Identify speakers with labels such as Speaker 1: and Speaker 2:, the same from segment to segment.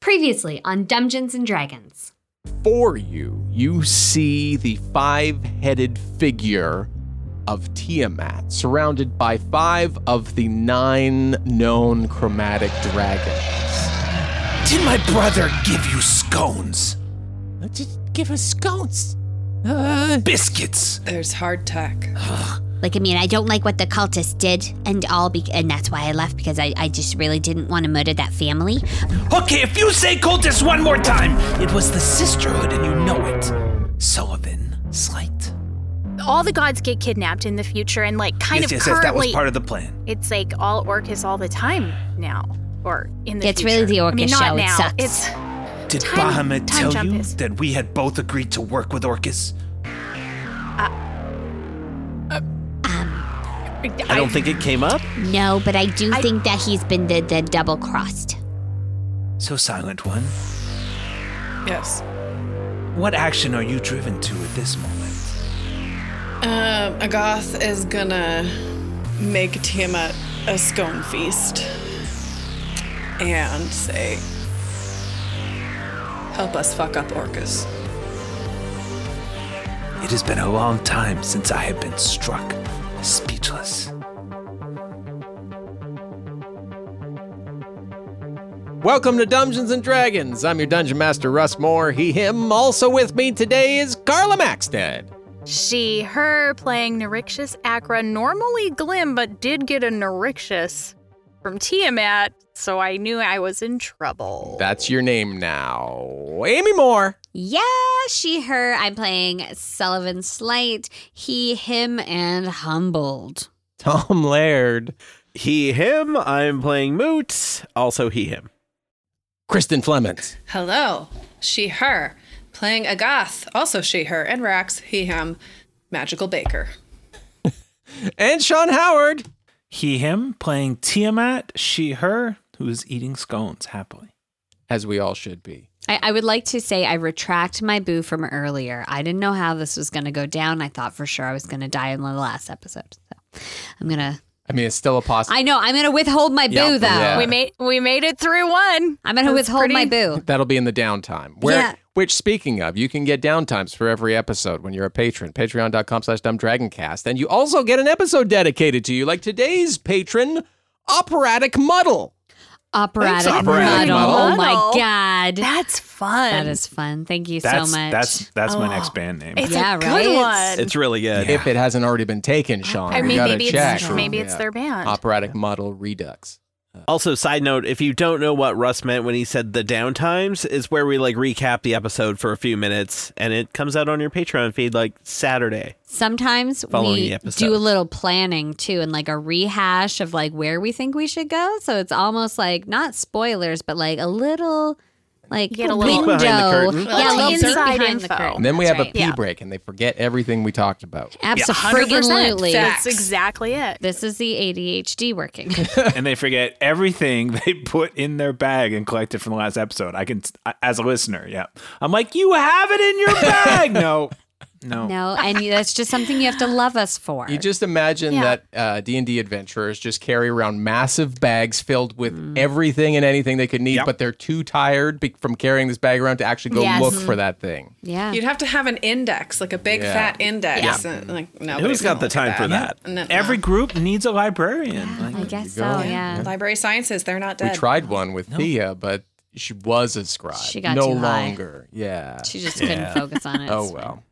Speaker 1: Previously on Dungeons and Dragons.
Speaker 2: For you, you see the five headed figure of Tiamat, surrounded by five of the nine known chromatic dragons.
Speaker 3: Did my brother give you scones?
Speaker 4: Uh, Just give us scones. Uh,
Speaker 3: Biscuits?
Speaker 5: There's hardtack.
Speaker 1: Like, I mean, I don't like what the cultists did, and all, be- and that's why I left because I, I just really didn't want to murder that family.
Speaker 3: Okay, if you say cultist one more time, it was the sisterhood and you know it. Sullivan, slight.
Speaker 6: all the gods get kidnapped in the future and like kind
Speaker 3: yes,
Speaker 6: of
Speaker 3: yes, yes,
Speaker 6: currently
Speaker 3: that was part of the plan.
Speaker 6: it's like all orcus all the time now or in the
Speaker 1: It's
Speaker 6: future.
Speaker 1: really the
Speaker 6: I mean,
Speaker 1: Orcus
Speaker 6: not
Speaker 1: show, it
Speaker 6: now.
Speaker 1: sucks.
Speaker 6: It's
Speaker 3: Did
Speaker 6: Time- time
Speaker 3: Bahamut tell
Speaker 6: jump
Speaker 3: you
Speaker 6: is-
Speaker 3: that we had both agreed to work with Orcus?
Speaker 7: I don't think it came up.
Speaker 1: No, but I do
Speaker 6: I-
Speaker 1: think that he's been the, the double crossed.
Speaker 3: So, Silent One,
Speaker 5: Yes.
Speaker 3: what action are you driven to at this moment?
Speaker 5: Um, Agoth is gonna make Tiamat a scone feast and say, "Help us fuck up Orcus."
Speaker 3: It has been a long time since I have been struck speechless.
Speaker 2: Welcome to Dungeons and Dragons. I'm your Dungeon Master, Russ Moore, he, him. Also with me today is Carla Maxted.
Speaker 6: she her playing Nerixus Acra normally Glim but did get a Nerixus from Tiamat so I knew I was in trouble.
Speaker 2: That's your name now. Amy Moore.
Speaker 1: Yeah, she, her. I'm playing Sullivan Slight, he, him, and humbled.
Speaker 2: Tom Laird.
Speaker 7: He, him. I'm playing Moot. Also, he, him.
Speaker 2: Kristen Clements.
Speaker 5: Hello, she, her, playing Agoth, also she, her, and Rax, he, him, magical baker.
Speaker 2: And Sean Howard.
Speaker 3: He, him, playing Tiamat, she, her, who is eating scones happily.
Speaker 2: As we all should be.
Speaker 1: I, I would like to say I retract my boo from earlier. I didn't know how this was going to go down. I thought for sure I was going to die in the last episode. So I'm going to,
Speaker 2: I mean, it's still a possibility.
Speaker 1: I know, I'm going to withhold my boo though.
Speaker 2: yeah.
Speaker 6: we made we made it through one.
Speaker 1: I'm going to
Speaker 6: That's
Speaker 1: withhold my
Speaker 6: pretty-
Speaker 1: boo.
Speaker 2: That'll be in the downtime. Where,
Speaker 1: Yeah.
Speaker 2: Which, speaking of, you can get downtimes for every episode when you're a patron. Patreon.com slash dumbdragoncast. And you also get an episode dedicated to you, like today's patron, Operatic Muddle.
Speaker 1: operatic,
Speaker 2: Thanks,
Speaker 6: operatic
Speaker 1: muddle.
Speaker 6: muddle.
Speaker 1: Oh my
Speaker 6: Muddle.
Speaker 1: god,
Speaker 6: That's fun.
Speaker 1: that is fun. Thank you
Speaker 4: that's
Speaker 1: so much.
Speaker 4: that's that's my next band name.
Speaker 6: Oh. it's
Speaker 1: Yeah,
Speaker 6: a good
Speaker 1: right?
Speaker 6: one.
Speaker 7: It's really good.
Speaker 2: If it hasn't already been taken, Sean.
Speaker 6: I
Speaker 2: we
Speaker 6: mean
Speaker 2: gotta
Speaker 6: maybe
Speaker 2: check.
Speaker 6: it's maybe it's their band.
Speaker 2: Operatic Muddle Redux.
Speaker 7: Also, side note: if you don't know what Russ meant when he said the downtimes, is where we like recap the episode for a few minutes, and it comes out on your Patreon feed like Saturday.
Speaker 1: Sometimes
Speaker 7: Following
Speaker 1: we
Speaker 7: the episode.
Speaker 1: do a little planning too, and like a rehash of like where we think we should go. So it's almost like not spoilers, but like a little like
Speaker 6: You get a
Speaker 1: window.
Speaker 6: little-
Speaker 7: Peek behind the curtain.
Speaker 1: Yeah, a little peek
Speaker 6: Inside
Speaker 1: behind the
Speaker 6: info.
Speaker 1: curtain.
Speaker 2: And then we
Speaker 1: That's
Speaker 2: have a
Speaker 1: right.
Speaker 2: pee break and they forget everything we talked about.
Speaker 1: Absolutely.
Speaker 5: Facts.
Speaker 6: That's exactly it.
Speaker 1: This is the ADHD working.
Speaker 4: and they forget everything they put in their bag and collected from the last episode. I can, as a listener, yeah. I'm like, you have it in your bag. no,
Speaker 3: No.
Speaker 4: No, and you, that's just something you have to love us for.
Speaker 2: You just imagine
Speaker 6: Yeah.
Speaker 2: that uh, D and D adventurers just carry around massive bags filled with
Speaker 6: Mm.
Speaker 2: everything and anything they could need,
Speaker 3: Yep.
Speaker 2: but they're too tired be- from carrying this bag around to actually go
Speaker 6: Yes. Mm-hmm.
Speaker 2: look for that thing.
Speaker 4: yeah.
Speaker 5: You'd have to have an index, like a big
Speaker 2: Yeah.
Speaker 5: fat index. Uh, like no,
Speaker 7: Who's got the time for that?
Speaker 5: No,
Speaker 3: Every
Speaker 5: no.
Speaker 3: group needs a librarian. Like,
Speaker 4: I guess so.
Speaker 2: go.
Speaker 4: Yeah.
Speaker 5: library sciences, they're not dead.
Speaker 2: We tried one with Thea, but she was a scribe.
Speaker 4: She got
Speaker 2: no
Speaker 4: too high.
Speaker 2: longer. Yeah.
Speaker 4: She just couldn't focus on it.
Speaker 2: Oh well.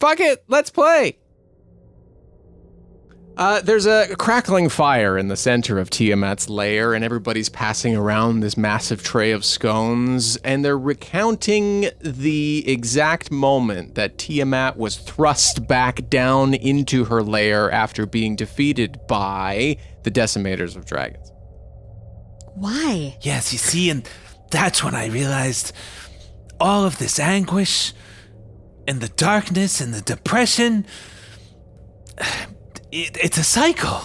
Speaker 2: Fuck it. Let's play. Uh, there's a crackling fire in the center of Tiamat's lair, and everybody's passing around this massive tray of scones, and they're recounting the exact moment that Tiamat was thrust back down into her lair after being defeated by the Decimators of Dragons.
Speaker 4: Why?
Speaker 1: Yes, you see, and that's when I realized all of this anguish and the darkness and the depression. It, it's a cycle,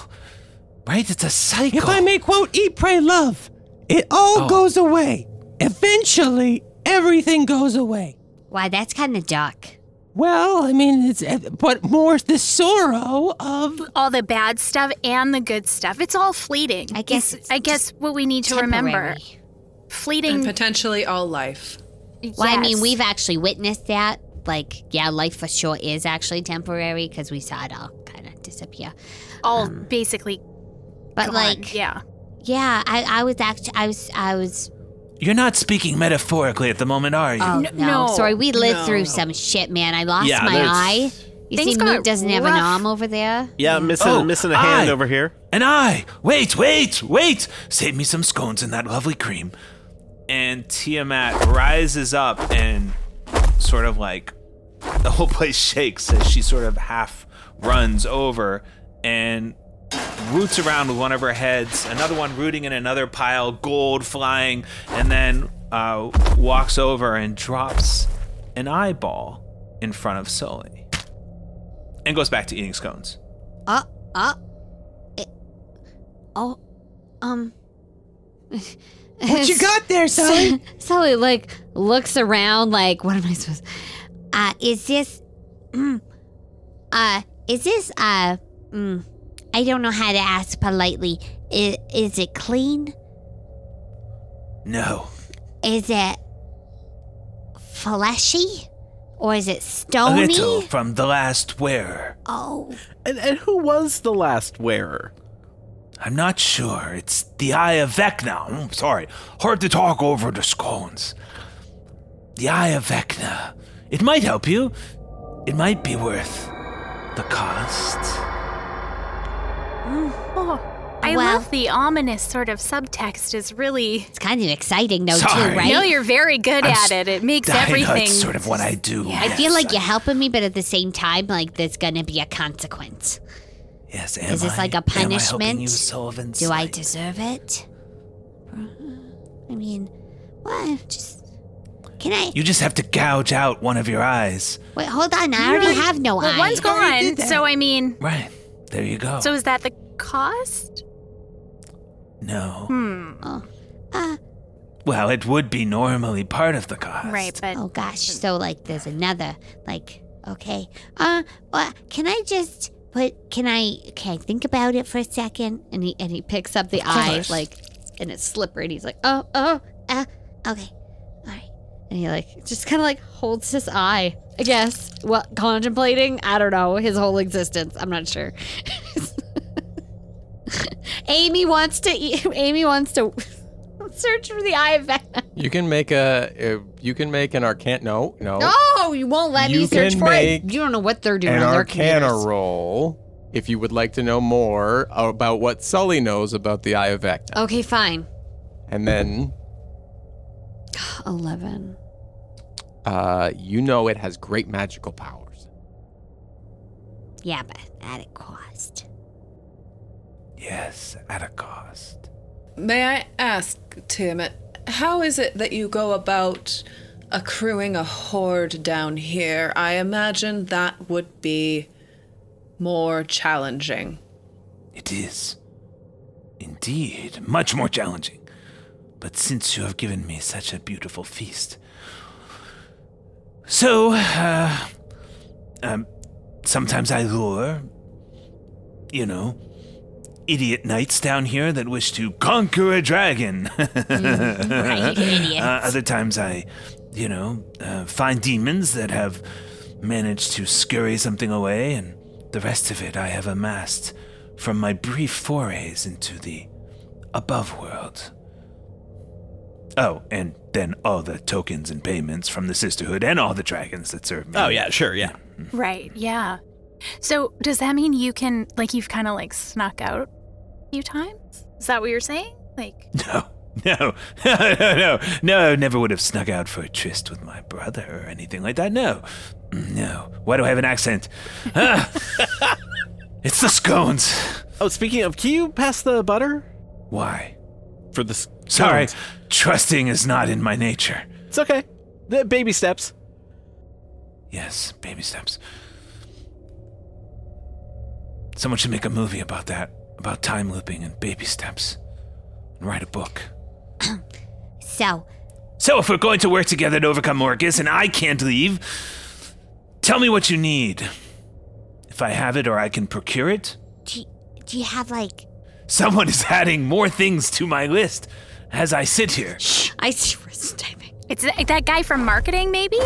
Speaker 1: right? It's a cycle.
Speaker 2: may quote Eat, Pray, Love, it all
Speaker 3: Oh.
Speaker 2: goes away. Eventually, everything goes away.
Speaker 4: Why? That's kind of dark.
Speaker 2: Well, I mean, it's
Speaker 8: uh,
Speaker 2: but more the sorrow of
Speaker 6: all the bad stuff and the good stuff. It's all fleeting.
Speaker 4: I guess
Speaker 6: It's-
Speaker 4: it's
Speaker 6: I guess what we need to remember
Speaker 4: Temporary.
Speaker 6: fleeting.
Speaker 5: And potentially all life.
Speaker 4: Well, I mean,
Speaker 6: yes.
Speaker 4: we've actually witnessed that. Like, yeah, life for sure is actually temporary because we saw it all kind of disappear.
Speaker 6: all
Speaker 1: Um,
Speaker 6: basically
Speaker 4: But
Speaker 6: gone.
Speaker 4: like, yeah,
Speaker 6: yeah.
Speaker 4: I, I was actually, I was, I was.
Speaker 1: You're not speaking metaphorically at the moment, are you?
Speaker 4: Oh
Speaker 6: N-
Speaker 4: no,
Speaker 6: no.
Speaker 4: sorry, we lived
Speaker 5: No.
Speaker 4: through some shit, man. I lost
Speaker 7: Yeah,
Speaker 4: my
Speaker 7: there's-
Speaker 4: eye. You
Speaker 6: Things
Speaker 4: see, Moot
Speaker 6: got
Speaker 4: doesn't have an
Speaker 6: rough.
Speaker 4: arm over there.
Speaker 7: Yeah, missing
Speaker 1: Oh,
Speaker 7: missing a hand
Speaker 1: I-
Speaker 7: over here.
Speaker 1: And I, wait, wait, wait, save me some scones and that lovely cream.
Speaker 3: and Tiamat rises up and sort of like the whole place shakes as she sort of half runs over and roots around with one of her heads, another one rooting in another pile, gold flying, and then uh, walks over and drops an eyeball in front of Sully and goes back to eating scones.
Speaker 4: Uh, uh, it, oh, um.
Speaker 2: what you got there, Sally.
Speaker 4: Sully like looks around like what am I supposed uh is this mm, uh is this uh mm, I don't know how to ask politely is, is it clean
Speaker 1: No,
Speaker 4: is it fleshy or is it
Speaker 1: a
Speaker 4: stony
Speaker 1: little from the last wearer.
Speaker 4: oh
Speaker 7: And, and who was the last wearer?
Speaker 1: I'm not sure. It's the Eye of Vecna. I'm sorry. Hard to talk over the scones. The Eye of Vecna. It might help you. It might be worth the cost.
Speaker 6: Oh, I
Speaker 4: Well-
Speaker 6: love the ominous sort of subtext. Is really
Speaker 4: it's kind of exciting though
Speaker 1: Sorry.
Speaker 4: too right
Speaker 6: no. You're very good
Speaker 1: I'm
Speaker 6: at
Speaker 1: s-
Speaker 6: it. It makes
Speaker 1: I know,
Speaker 6: everything.
Speaker 1: it's sort of what I do.
Speaker 4: I feel like you're helping me but at the same time like there's gonna be a consequence
Speaker 1: Yes,
Speaker 4: is
Speaker 1: am
Speaker 4: this
Speaker 1: I-
Speaker 4: like a
Speaker 1: am I helping
Speaker 4: punishment?
Speaker 1: you, Sullivan
Speaker 4: Do I
Speaker 1: Slate?
Speaker 4: deserve it? Uh-huh. I mean, well, just can I
Speaker 1: You just have to gouge out one of your eyes.
Speaker 4: wait? Hold on, I already have no
Speaker 6: Well,
Speaker 4: eye.
Speaker 6: one's gone. So I mean,
Speaker 1: Right. There you go.
Speaker 6: so is that the cost?
Speaker 1: no.
Speaker 6: hmm.
Speaker 4: Uh,
Speaker 1: Well, it would be normally part of the cost.
Speaker 6: Right, but
Speaker 4: oh gosh, so like there's another like okay. Uh, well, can I just put? Can I? Can I think about it for a second? And he and he picks up the eye
Speaker 1: course.
Speaker 4: like, and it's slippery. And he's like, oh, oh, uh, okay, all right. And he like just kind of like holds his eye. I guess. Well, contemplating. I don't know his whole existence. I'm not sure. Amy wants to eat. Amy wants to search for the eye of Venom.
Speaker 2: you can make a uh, you can make an arcana. No, no,
Speaker 4: No, you won't let
Speaker 2: You
Speaker 4: me search
Speaker 2: can
Speaker 4: for it.
Speaker 2: make
Speaker 4: You don't know what they're doing
Speaker 2: an
Speaker 4: on their
Speaker 2: arcana
Speaker 4: computers.
Speaker 2: roll. If you would like to know more about what Sully knows about the Eye of Vecna,
Speaker 4: Okay, fine.
Speaker 2: and then
Speaker 4: Eleven.
Speaker 2: uh, you know it has great magical powers.
Speaker 4: Yeah, but at a cost.
Speaker 1: Yes, at a cost.
Speaker 5: May I ask, Tiamat, how is it that you go about accruing a horde down here? I imagine that would be more challenging.
Speaker 1: It is. Indeed, much more challenging. But since you have given me such a beautiful feast. So, uh, um,
Speaker 3: Sometimes I lure, you know, idiot knights down here that wish to conquer a dragon.
Speaker 4: Mm, Right, idiot.
Speaker 3: Uh, other times I, you know, uh, find demons that have managed to scurry something away, and the rest of it I have amassed from my brief forays into the above world. Oh, and then all the tokens and payments from the Sisterhood and all the dragons that serve me.
Speaker 7: Oh yeah, sure, yeah.
Speaker 1: Mm.
Speaker 6: Right, yeah. So does that mean you can, like, you've kind of like snuck out a few times? Is that what you're saying? Like,
Speaker 3: No, no, no, no, no. I never would have snuck out for a tryst with my brother or anything like that. No, no. Why do I have an accent? Ah. it's the scones.
Speaker 7: Oh, speaking of, can you pass the butter
Speaker 3: Why?
Speaker 7: for this?
Speaker 3: Sorry, trusting is not in my nature.
Speaker 7: it's okay. The baby steps.
Speaker 3: Yes, baby steps. Someone should make a movie about that, about time looping and baby steps, and write a book.
Speaker 4: So,
Speaker 3: So, if we're going to work together to overcome Orcus and I can't leave, tell me what you need. If I have it or I can procure it,
Speaker 4: do you, do you have like?
Speaker 3: someone is adding more things to my list as I sit here. Uh,
Speaker 4: I see where it's diving.
Speaker 6: it's that, that guy from marketing, maybe?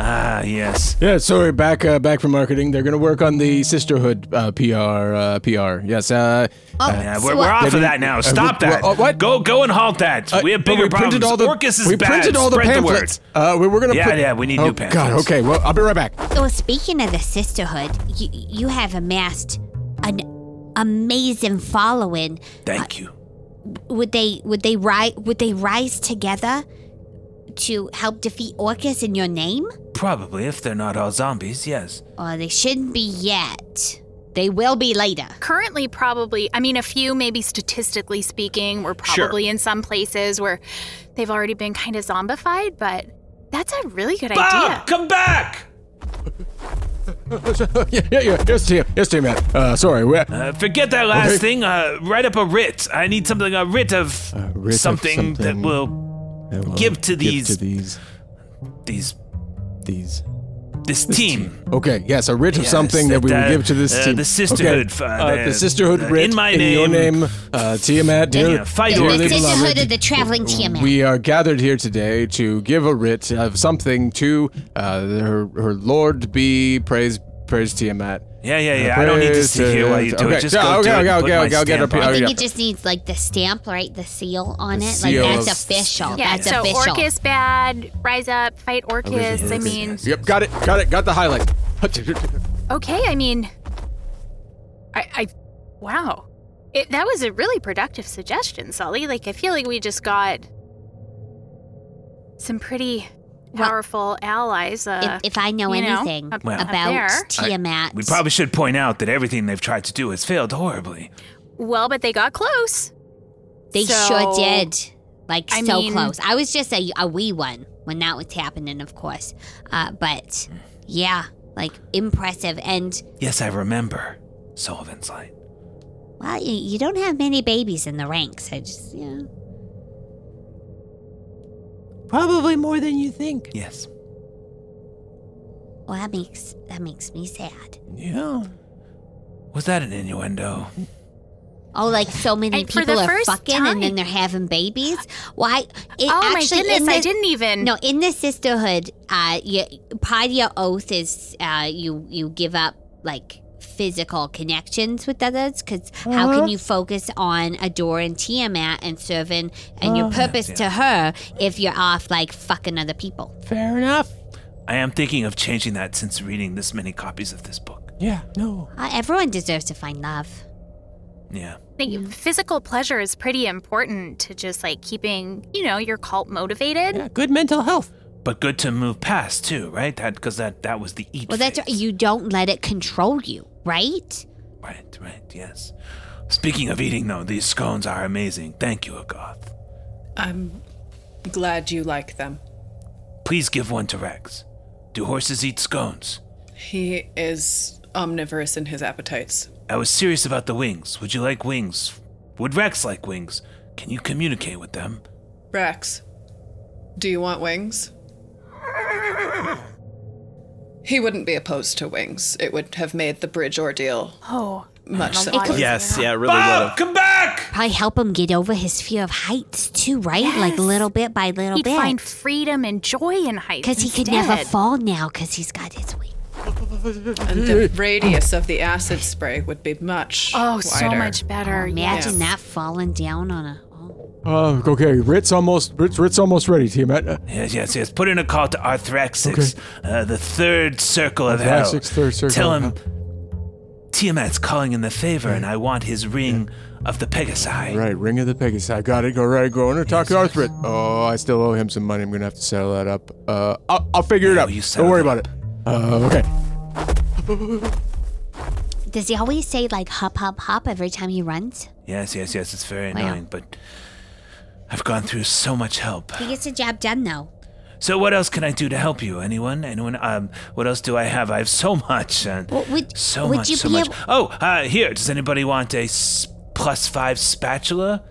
Speaker 3: Ah, yes.
Speaker 2: Yeah, sorry, back uh, back from marketing. They're going to work on the sisterhood uh, PR uh, PR. Yes. Uh,
Speaker 4: Oh,
Speaker 3: Yeah,
Speaker 4: so
Speaker 3: we're,
Speaker 4: what-
Speaker 3: we're off of that
Speaker 2: Uh,
Speaker 3: now.
Speaker 2: we-
Speaker 3: Stop that.
Speaker 2: well, uh, what?
Speaker 3: Go, go and halt that.
Speaker 2: uh,
Speaker 3: we have
Speaker 2: but
Speaker 3: bigger
Speaker 2: we printed
Speaker 3: problems.
Speaker 2: All the,
Speaker 3: Orcus is
Speaker 2: we
Speaker 3: bad.
Speaker 2: printed all the
Speaker 3: Spread
Speaker 2: pamphlets.
Speaker 3: the word.
Speaker 2: Uh, we were going to
Speaker 3: Yeah,
Speaker 2: print-
Speaker 3: yeah, we need
Speaker 2: oh,
Speaker 3: new pamphlets.
Speaker 2: God, okay. Well, I'll be right back.
Speaker 4: Well, speaking of the sisterhood, you you have amassed an amazing following. Uh,
Speaker 3: Thank you.
Speaker 4: Would they would they rise would they rise together to help defeat Orcus in your name?
Speaker 3: Probably, if they're not all zombies, yes.
Speaker 4: Or they shouldn't be yet. They will be later.
Speaker 6: Currently, probably, I mean, a few, maybe statistically speaking, we're
Speaker 7: Sure.
Speaker 6: probably in some places where they've already been kind of zombified, but that's a really good idea.
Speaker 3: Bob, come back!
Speaker 2: yeah, yeah, yeah. Yes, team. Yes, team, man. Uh, sorry. We're,
Speaker 3: Uh, forget that last
Speaker 2: Okay.
Speaker 3: thing. Uh, write up a writ. I need something, a writ of,
Speaker 2: writ of
Speaker 3: something, that
Speaker 2: something.
Speaker 3: will,
Speaker 2: I will
Speaker 3: give to these-
Speaker 2: to these.
Speaker 3: these,
Speaker 2: These.
Speaker 3: this, team.
Speaker 2: Okay. Yes, a writ of
Speaker 3: Yes,
Speaker 2: something that we will
Speaker 3: uh,
Speaker 2: give to this
Speaker 3: uh,
Speaker 2: team.
Speaker 3: the sisterhood,
Speaker 2: Okay.
Speaker 3: uh,
Speaker 2: Uh, the,
Speaker 3: the-
Speaker 2: sisterhood
Speaker 3: uh,
Speaker 2: writ
Speaker 3: in my
Speaker 2: your
Speaker 3: name.
Speaker 2: name. Uh, Tiamat, dear.
Speaker 3: Yeah, fight
Speaker 2: dear
Speaker 3: Orcus.
Speaker 4: The
Speaker 2: little
Speaker 4: sisterhood
Speaker 2: Amrit,
Speaker 4: of the traveling Tiamat.
Speaker 2: We are gathered here today to give a writ of something to uh, her, her Lord be praise praise Tiamat.
Speaker 3: Yeah, yeah, yeah. I don't need to
Speaker 2: Uh, Praise
Speaker 3: sit here while you do
Speaker 2: okay.
Speaker 3: it. Just
Speaker 2: yeah,
Speaker 3: go
Speaker 2: okay,
Speaker 3: do it
Speaker 2: okay,
Speaker 3: and
Speaker 2: okay,
Speaker 3: put
Speaker 2: okay,
Speaker 3: my
Speaker 2: I'll get her.
Speaker 3: stamp on
Speaker 2: oh,
Speaker 4: I think
Speaker 2: yeah.
Speaker 4: it just needs like the stamp, right? The seal on
Speaker 2: The
Speaker 4: it.
Speaker 2: seal
Speaker 4: like
Speaker 2: of-
Speaker 4: that's official.
Speaker 6: Yeah,
Speaker 4: that's
Speaker 6: so
Speaker 4: official.
Speaker 6: Orcus bad, rise up, fight Orcus. I mean,
Speaker 2: Yep, got it, got it, got the highlight.
Speaker 6: okay, I mean, I, I wow. It, that was a really productive suggestion, Sully. Like, I feel like we just got some pretty
Speaker 4: Well,
Speaker 6: powerful allies. Uh,
Speaker 4: if, if I know
Speaker 6: you know,
Speaker 4: anything
Speaker 6: up-
Speaker 3: Well- up
Speaker 4: about
Speaker 6: there.
Speaker 4: Tiamat,
Speaker 3: We probably should point out that everything they've tried to do has failed horribly.
Speaker 6: well, but they got close.
Speaker 4: they
Speaker 6: so-
Speaker 4: sure did. Like
Speaker 6: I
Speaker 4: so
Speaker 6: mean-
Speaker 4: close. I was just a, a wee one when that was happening, of course. Uh, but yeah, like impressive. And
Speaker 3: Yes, I remember. Sullivan's Light.
Speaker 4: well, you, you don't have many babies in the ranks. I just yeah.
Speaker 9: Probably more than you think.
Speaker 3: Yes.
Speaker 4: Well, that makes that makes me sad.
Speaker 3: Yeah. Was that an innuendo?
Speaker 4: Oh, like so many
Speaker 6: And for
Speaker 4: people
Speaker 6: the
Speaker 4: are
Speaker 6: first
Speaker 4: fucking and
Speaker 6: time.
Speaker 4: then they're having babies. Why? It
Speaker 6: oh
Speaker 4: actually,
Speaker 6: my goodness,
Speaker 4: in
Speaker 6: I
Speaker 4: the-
Speaker 6: didn't even.
Speaker 4: No, in the sisterhood, uh, you, part of your oath is uh, you you give up like physical connections with others because how
Speaker 9: Uh-huh.
Speaker 4: can you focus on adoring Tiamat and serving and your
Speaker 9: Uh-huh.
Speaker 4: purpose to her if you're off like fucking other people?
Speaker 9: Fair enough.
Speaker 3: I am thinking of changing that since reading this many copies of this book.
Speaker 9: Yeah, no.
Speaker 4: Uh, everyone deserves to find love.
Speaker 3: Yeah.
Speaker 6: Like, physical pleasure is pretty important to just like keeping, you know, your cult motivated.
Speaker 9: Yeah, good mental health.
Speaker 3: But good to move past too, right? That because that that was the eat.
Speaker 4: Well, that's
Speaker 3: phase.
Speaker 4: you don't let it control you, right?
Speaker 3: Right, right, yes. Speaking of eating, though, these scones are amazing. Thank you, Agoth.
Speaker 5: I'm glad you like them.
Speaker 3: Please give one to Rex. Do horses eat scones?
Speaker 5: He is omnivorous in his appetites.
Speaker 3: I was serious about the wings. Would you like wings? Would Rex like wings? Can you communicate with them?
Speaker 5: Rex, do you want wings? He wouldn't be opposed to wings. It would have made the bridge ordeal
Speaker 6: Oh,
Speaker 5: much
Speaker 6: It
Speaker 5: simpler.
Speaker 6: could-
Speaker 7: Yes, yeah, it really
Speaker 10: Bob,
Speaker 7: would
Speaker 10: come back!
Speaker 4: Probably help him get over his fear of heights too, right? Like
Speaker 6: Yes.
Speaker 4: little bit by little
Speaker 6: he'd
Speaker 4: bit.
Speaker 6: find freedom and joy in heights
Speaker 4: Because he could never fall now because he's got his wing.
Speaker 5: And the radius of the acid spray would be much
Speaker 6: Oh,
Speaker 5: wider.
Speaker 6: so much better.
Speaker 4: Oh, Imagine
Speaker 5: Yeah.
Speaker 4: that falling down on a. oh.
Speaker 9: Uh, okay, Rit's almost Rit's, Rit's almost ready, Tiamat. Uh,
Speaker 3: Yes, yes, yes. Put in a call to Arthraxix, uh, the third circle of hell.
Speaker 9: Arthraxix, third circle
Speaker 3: Tell
Speaker 9: of
Speaker 3: him Tiamat's calling in the favor, and I want his ring of the Pegasi.
Speaker 9: Right, Ring of the Pegasus. I got it. Go right, go under. Talk to Arthrit. Oh, I still owe him some money. I'm gonna have to settle that up. Uh, I'll, I'll figure it
Speaker 3: No,
Speaker 9: out.
Speaker 3: you
Speaker 9: Don't
Speaker 3: settle
Speaker 9: worry
Speaker 3: it
Speaker 9: about it. Uh, okay.
Speaker 4: Does he always say like hop, hop, hop every time he runs?
Speaker 3: Yes, yes, yes. It's very
Speaker 4: Wow.
Speaker 3: annoying, but I've gone through so much help.
Speaker 4: He gets the job done though.
Speaker 3: So what else can I do to help you? Anyone? Anyone? Um, what else do I have? I have so much. Uh,
Speaker 4: What would-
Speaker 3: so
Speaker 4: would
Speaker 3: much,
Speaker 4: you
Speaker 3: so
Speaker 4: be
Speaker 3: much.
Speaker 4: able-
Speaker 3: oh, uh, here. Does anybody want a s- plus five spatula?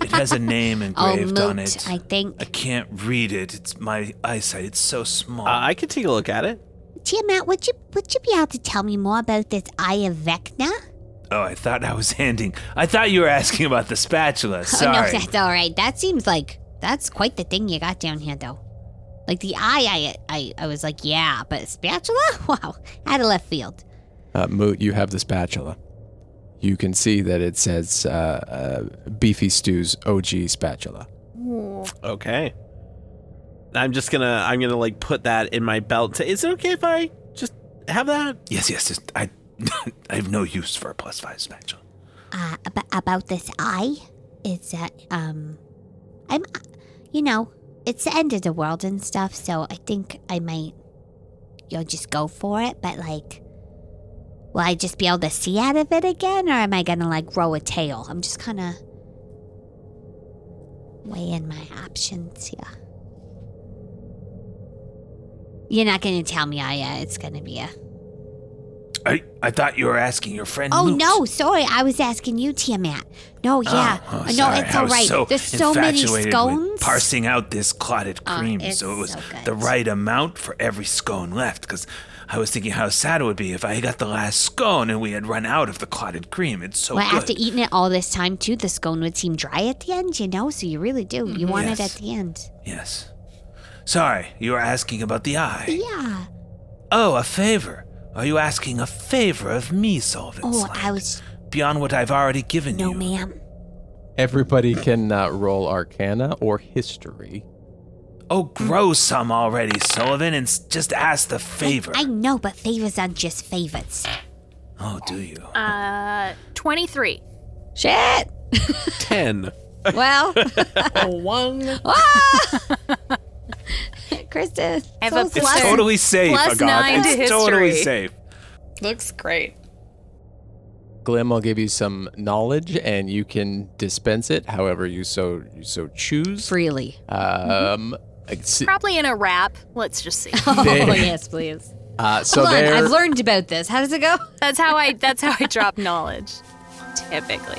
Speaker 3: it has a name
Speaker 4: Oh,
Speaker 3: engraved on
Speaker 4: moot,
Speaker 3: it.
Speaker 4: I think.
Speaker 3: I can't read it. It's my eyesight. It's so small.
Speaker 7: Uh, I could take a look at it.
Speaker 4: Tiamat, would you would you be able to tell me more about this Eye of Vecna?
Speaker 3: oh, I thought I was handing. I thought you were asking about the spatula.
Speaker 4: Oh, no,
Speaker 3: Sorry.
Speaker 4: that's all right. That seems like that's quite the thing you got down here, though. Like the eye, I, I, I was like, yeah, but spatula? Wow, out of left field.
Speaker 2: Uh, Moot, you have the spatula. You can see that it says uh, uh, Beefy Stew's OG spatula.
Speaker 7: Okay. I'm just gonna I'm gonna like put that in my belt. Is it okay if I just have that?
Speaker 3: yes, yes. yes. I, I have no use for a plus five spatula.
Speaker 4: Uh, ab- about this eye, it's that um, I'm, you know, it's the end of the world and stuff. So I think I might, you'll just go for it. But like, will I just be able to see out of it again, or am I gonna like grow a tail? I'm just kind of weighing my options here. You're not gonna tell me, are ya? It's gonna be a.
Speaker 3: I, I thought you were asking your friend.
Speaker 4: Oh
Speaker 3: Moot.
Speaker 4: no, sorry, I was asking you, Tiamat. No, yeah,
Speaker 3: Oh,
Speaker 4: no,
Speaker 3: sorry.
Speaker 4: it's
Speaker 3: I
Speaker 4: all
Speaker 3: was
Speaker 4: right.
Speaker 3: So
Speaker 4: There's so many
Speaker 3: infatuated with
Speaker 4: scones.
Speaker 3: Parsing out this clotted
Speaker 4: Oh,
Speaker 3: cream,
Speaker 4: it's
Speaker 3: so it was
Speaker 4: so good.
Speaker 3: the right amount for every scone left. Because I was thinking how sad it would be if I got the last scone and we had run out of the clotted cream. It's so
Speaker 4: well,
Speaker 3: good.
Speaker 4: after eating it all this time too, the scone would seem dry at the end, you know. So you really do. You want it
Speaker 3: Mm-hmm. Yes.
Speaker 4: at the end.
Speaker 3: yes. Sorry, you were asking about the eye.
Speaker 4: Yeah.
Speaker 3: Oh, a favor. Are you asking a favor of me, Solvent?
Speaker 4: Oh, I
Speaker 3: Slack?
Speaker 4: was.
Speaker 3: beyond what I've already given
Speaker 4: No,
Speaker 3: you.
Speaker 4: ma'am.
Speaker 2: Everybody can uh, roll Arcana or History.
Speaker 3: Oh, grow some already, Sullivan, and s- just ask the favor.
Speaker 4: I know, but favors aren't just favors.
Speaker 3: oh, do you?
Speaker 6: Uh, 23.
Speaker 4: Shit.
Speaker 7: Ten.
Speaker 4: Well,
Speaker 5: A one
Speaker 4: Krista.
Speaker 6: Have a
Speaker 4: so
Speaker 6: plus-
Speaker 3: It's
Speaker 4: slow.
Speaker 3: totally safe,
Speaker 6: plus
Speaker 3: Agak.
Speaker 6: nine
Speaker 3: it's
Speaker 6: to
Speaker 3: totally
Speaker 6: history.
Speaker 3: safe.
Speaker 5: looks great.
Speaker 2: Glim, I'll give you some knowledge, and you can dispense it however you so you so choose.
Speaker 4: freely.
Speaker 2: Um, it's-
Speaker 6: Probably in a wrap. Let's just see.
Speaker 4: Oh
Speaker 2: There.
Speaker 4: yes, please.
Speaker 2: uh, so
Speaker 4: Hold on,
Speaker 2: there.
Speaker 4: I've learned about this. How does it go?
Speaker 6: That's how I. That's how I drop knowledge. Typically.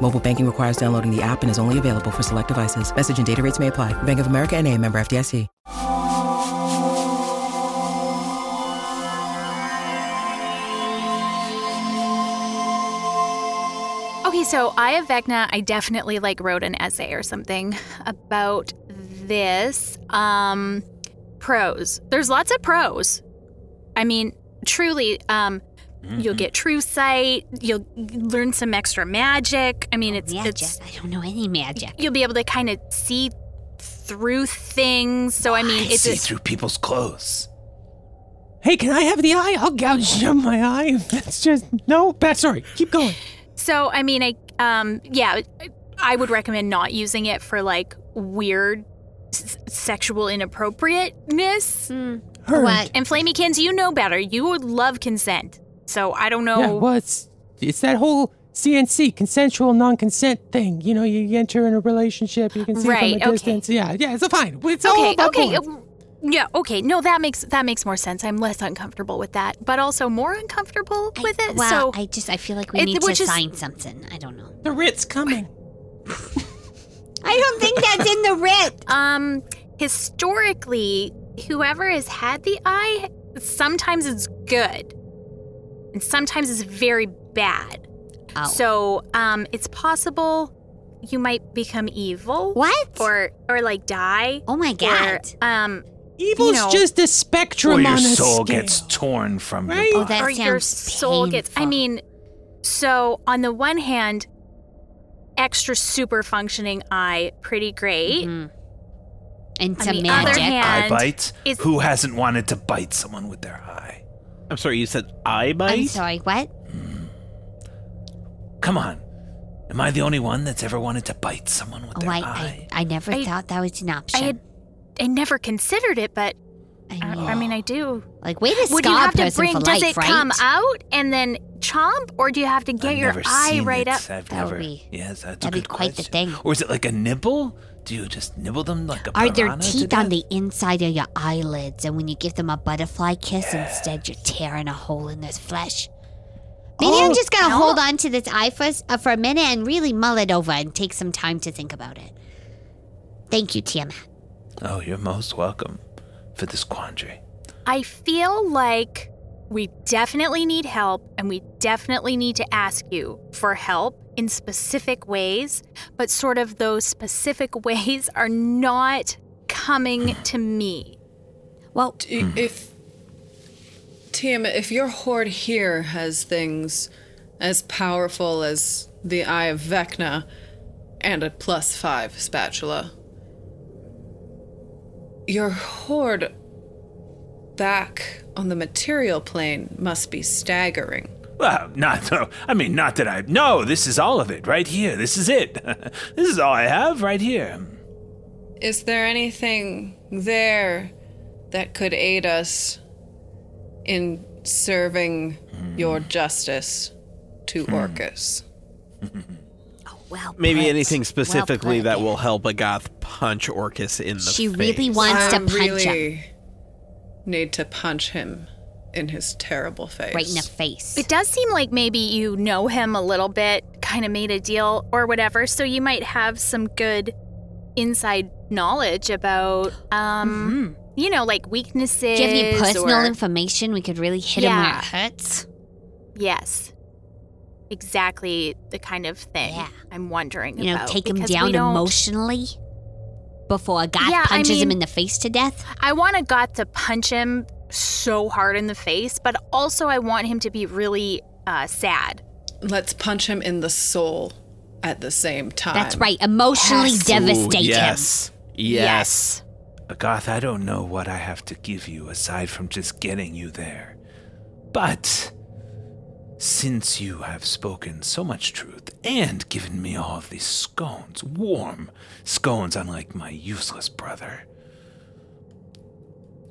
Speaker 11: Mobile banking requires downloading the app and is only available for select devices. Message and data rates may apply. Bank of America and a member FDIC.
Speaker 6: Okay, so Eye of Vecna, I definitely like wrote an essay or something about this. Um pros. There's lots of pros. I mean, truly, um you'll get true sight, you'll learn some extra magic. I mean it's
Speaker 4: Oh, Magic.
Speaker 6: it's
Speaker 4: I don't know any magic.
Speaker 6: you'll be able to kind of see through things. So
Speaker 4: Oh,
Speaker 6: I mean
Speaker 3: I
Speaker 6: it's
Speaker 3: see
Speaker 6: a,
Speaker 3: through people's clothes.
Speaker 9: Hey, can I have the eye? I'll gouge you my eye. if That's just no. Bad. Sorry. Keep going.
Speaker 6: So I mean, I um yeah, I would recommend not using it for like weird s- sexual inappropriateness.
Speaker 4: Heard. Hmm. What?
Speaker 6: And Flamykins, you know better. You would love consent. So I don't know.
Speaker 8: Yeah, well, it's, it's that whole CNC, consensual non-consent thing. You know, you enter in a relationship, you can see
Speaker 6: Right,
Speaker 8: from a
Speaker 6: okay.
Speaker 8: distance. Yeah, yeah, it's fine. It's all
Speaker 6: okay,
Speaker 8: about
Speaker 6: okay.
Speaker 8: porn.
Speaker 6: um, Yeah, okay. No, that makes that makes more sense. I'm less uncomfortable with that, but also more uncomfortable with it.
Speaker 4: Well,
Speaker 6: so
Speaker 4: I just I feel like we
Speaker 6: It-
Speaker 4: need to
Speaker 6: which is-
Speaker 4: sign something. I don't know.
Speaker 8: The writ's coming.
Speaker 4: I don't think that's in the writ.
Speaker 6: Um, historically, whoever has had the eye, sometimes it's good, and sometimes it's very bad.
Speaker 4: Oh.
Speaker 6: So, um, it's possible you might become evil.
Speaker 4: What?
Speaker 6: Or or like die.
Speaker 4: Oh my
Speaker 6: Or,
Speaker 4: god.
Speaker 6: um,
Speaker 8: Evil's
Speaker 6: know-
Speaker 8: just a spectrum
Speaker 3: Or your
Speaker 8: on a
Speaker 3: soul
Speaker 8: scale.
Speaker 3: gets torn from
Speaker 8: Right?
Speaker 3: your
Speaker 4: Oh,
Speaker 3: body.
Speaker 4: that
Speaker 6: or your
Speaker 4: sounds
Speaker 6: soul gets. I
Speaker 4: painful.
Speaker 6: mean, so on the one hand, extra super functioning eye, pretty great.
Speaker 4: Mhm. And
Speaker 6: On
Speaker 4: some
Speaker 6: the
Speaker 4: magic.
Speaker 6: other hand,
Speaker 3: Eye bite?
Speaker 6: it's-
Speaker 3: Who hasn't wanted to bite someone with their eye?
Speaker 7: I'm sorry, you said I
Speaker 4: I'm
Speaker 7: bite?
Speaker 4: sorry. What?
Speaker 3: Come on. Am I the only one that's ever wanted to bite someone with
Speaker 4: Oh,
Speaker 3: their
Speaker 4: I,
Speaker 3: eye?
Speaker 4: I I never
Speaker 6: I-
Speaker 4: thought that was an
Speaker 6: I
Speaker 4: option.
Speaker 6: had, I never considered it, but
Speaker 4: I
Speaker 6: I,
Speaker 4: mean,
Speaker 6: I mean, I do.
Speaker 4: like, way to
Speaker 6: Would you
Speaker 4: scar
Speaker 6: have to
Speaker 4: person
Speaker 6: bring?
Speaker 4: for
Speaker 6: Does
Speaker 4: life,
Speaker 6: it
Speaker 4: right?
Speaker 6: come out and then chomp, or do you have to get
Speaker 3: I've
Speaker 6: your
Speaker 3: never
Speaker 6: eye
Speaker 3: seen
Speaker 6: right
Speaker 3: it.
Speaker 6: up?
Speaker 3: I've
Speaker 4: That would
Speaker 3: never.
Speaker 4: be-
Speaker 3: yes, that's a
Speaker 4: that'd be
Speaker 3: good
Speaker 4: quite the
Speaker 3: question.
Speaker 4: thing.
Speaker 3: Or is it like a nibble? Do you just nibble them like a
Speaker 4: Are there
Speaker 3: piranha to
Speaker 4: teeth on
Speaker 3: death?
Speaker 4: the inside of your eyelids, and when you give them a butterfly kiss, instead you're tearing a hole in this flesh? Maybe
Speaker 6: Oh,
Speaker 4: I'm just gonna hold on to this eye for, s- uh, for a minute and really mull it over and take some time to think about it. Thank you, Tiamat.
Speaker 3: Oh, you're most welcome for this quandary.
Speaker 6: I feel like we definitely need help, and we definitely need to ask you for help in specific ways. But sort of those specific ways are not coming to me.
Speaker 4: Well,
Speaker 5: D- If Tiamat, if your horde here has things as powerful as the Eye of Vecna and a plus five spatula, your horde back on the material plane must be staggering.
Speaker 3: Well, not no. I mean, not that I. No, this is all of it right here. This is it. this is all I have right here.
Speaker 5: Is there anything there that could aid us in serving your justice to Orcus?
Speaker 4: Oh, well.
Speaker 7: Maybe
Speaker 4: put.
Speaker 7: anything
Speaker 4: Well
Speaker 7: specifically
Speaker 4: put.
Speaker 7: that will help a goth punch Orcus in the
Speaker 4: She
Speaker 7: face.
Speaker 4: really wants to
Speaker 5: I
Speaker 4: punch him
Speaker 5: really need to punch him in his terrible face.
Speaker 4: right in the face.
Speaker 6: It does seem like maybe you know him a little bit, kind of made a deal or whatever, so you might have some good inside knowledge about, um, you know, like weaknesses.
Speaker 4: Do you have any Mm-hmm. personal
Speaker 6: or-
Speaker 4: information we could really hit him where
Speaker 6: Yeah.
Speaker 4: it hurts?
Speaker 6: Yes, exactly the kind of thing
Speaker 4: Yeah.
Speaker 6: I'm wondering
Speaker 4: You know,
Speaker 6: about.
Speaker 4: take him
Speaker 6: because we
Speaker 4: down
Speaker 6: don't-
Speaker 4: emotionally before a guy
Speaker 6: Yeah, I
Speaker 4: punches him
Speaker 6: mean-
Speaker 4: in the face to death.
Speaker 6: I want a got to punch him so hard in the face, but also I want him to be really uh, sad.
Speaker 5: Let's punch him in the soul at the same time.
Speaker 4: That's right. Emotionally devastate
Speaker 7: Ooh,
Speaker 4: him.
Speaker 7: yes. Yes.
Speaker 3: Agoth, I don't know what I have to give you aside from just getting you there. But since you have spoken so much truth and given me all of these scones, warm scones, unlike my useless brother,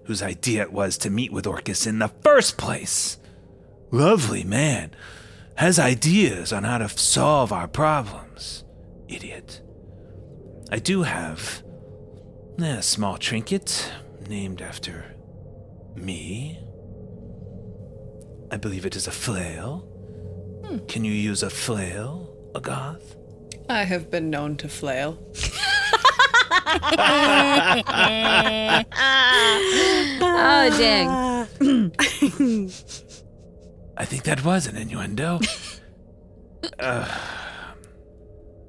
Speaker 3: whose idea it was to meet with Orcus in the first place, lovely man, has ideas on how to f- solve our problems. Idiot. I do have a small trinket named after me. I believe it is a flail.
Speaker 8: Hmm.
Speaker 3: Can you use a flail, a goth?
Speaker 5: I have been known to flail.
Speaker 4: Oh, dang.
Speaker 3: I think that was an innuendo. Uh,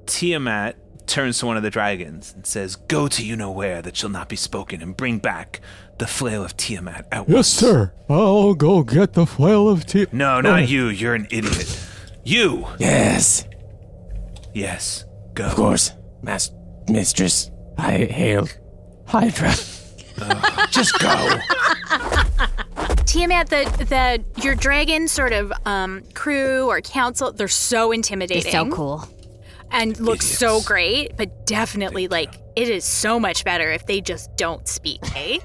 Speaker 3: Tiamat turns to one of the dragons and says, Go to you know where that shall not be spoken and bring back the flail of Tiamat at
Speaker 9: Yes,
Speaker 3: once.
Speaker 9: sir. I'll go get the flail of Oh. tea.
Speaker 3: No, not you. You're an idiot. You!
Speaker 8: Oh. Yes,
Speaker 3: Yes, go.
Speaker 8: of course, mas- mistress. I hail Hydra.
Speaker 3: Just go.
Speaker 6: Tiamat, the the your dragon sort of um, crew or council, they're so
Speaker 4: They're
Speaker 6: intimidating.
Speaker 4: so cool.
Speaker 6: and looks so great, but definitely like it is so much better if they just don't speak, eh?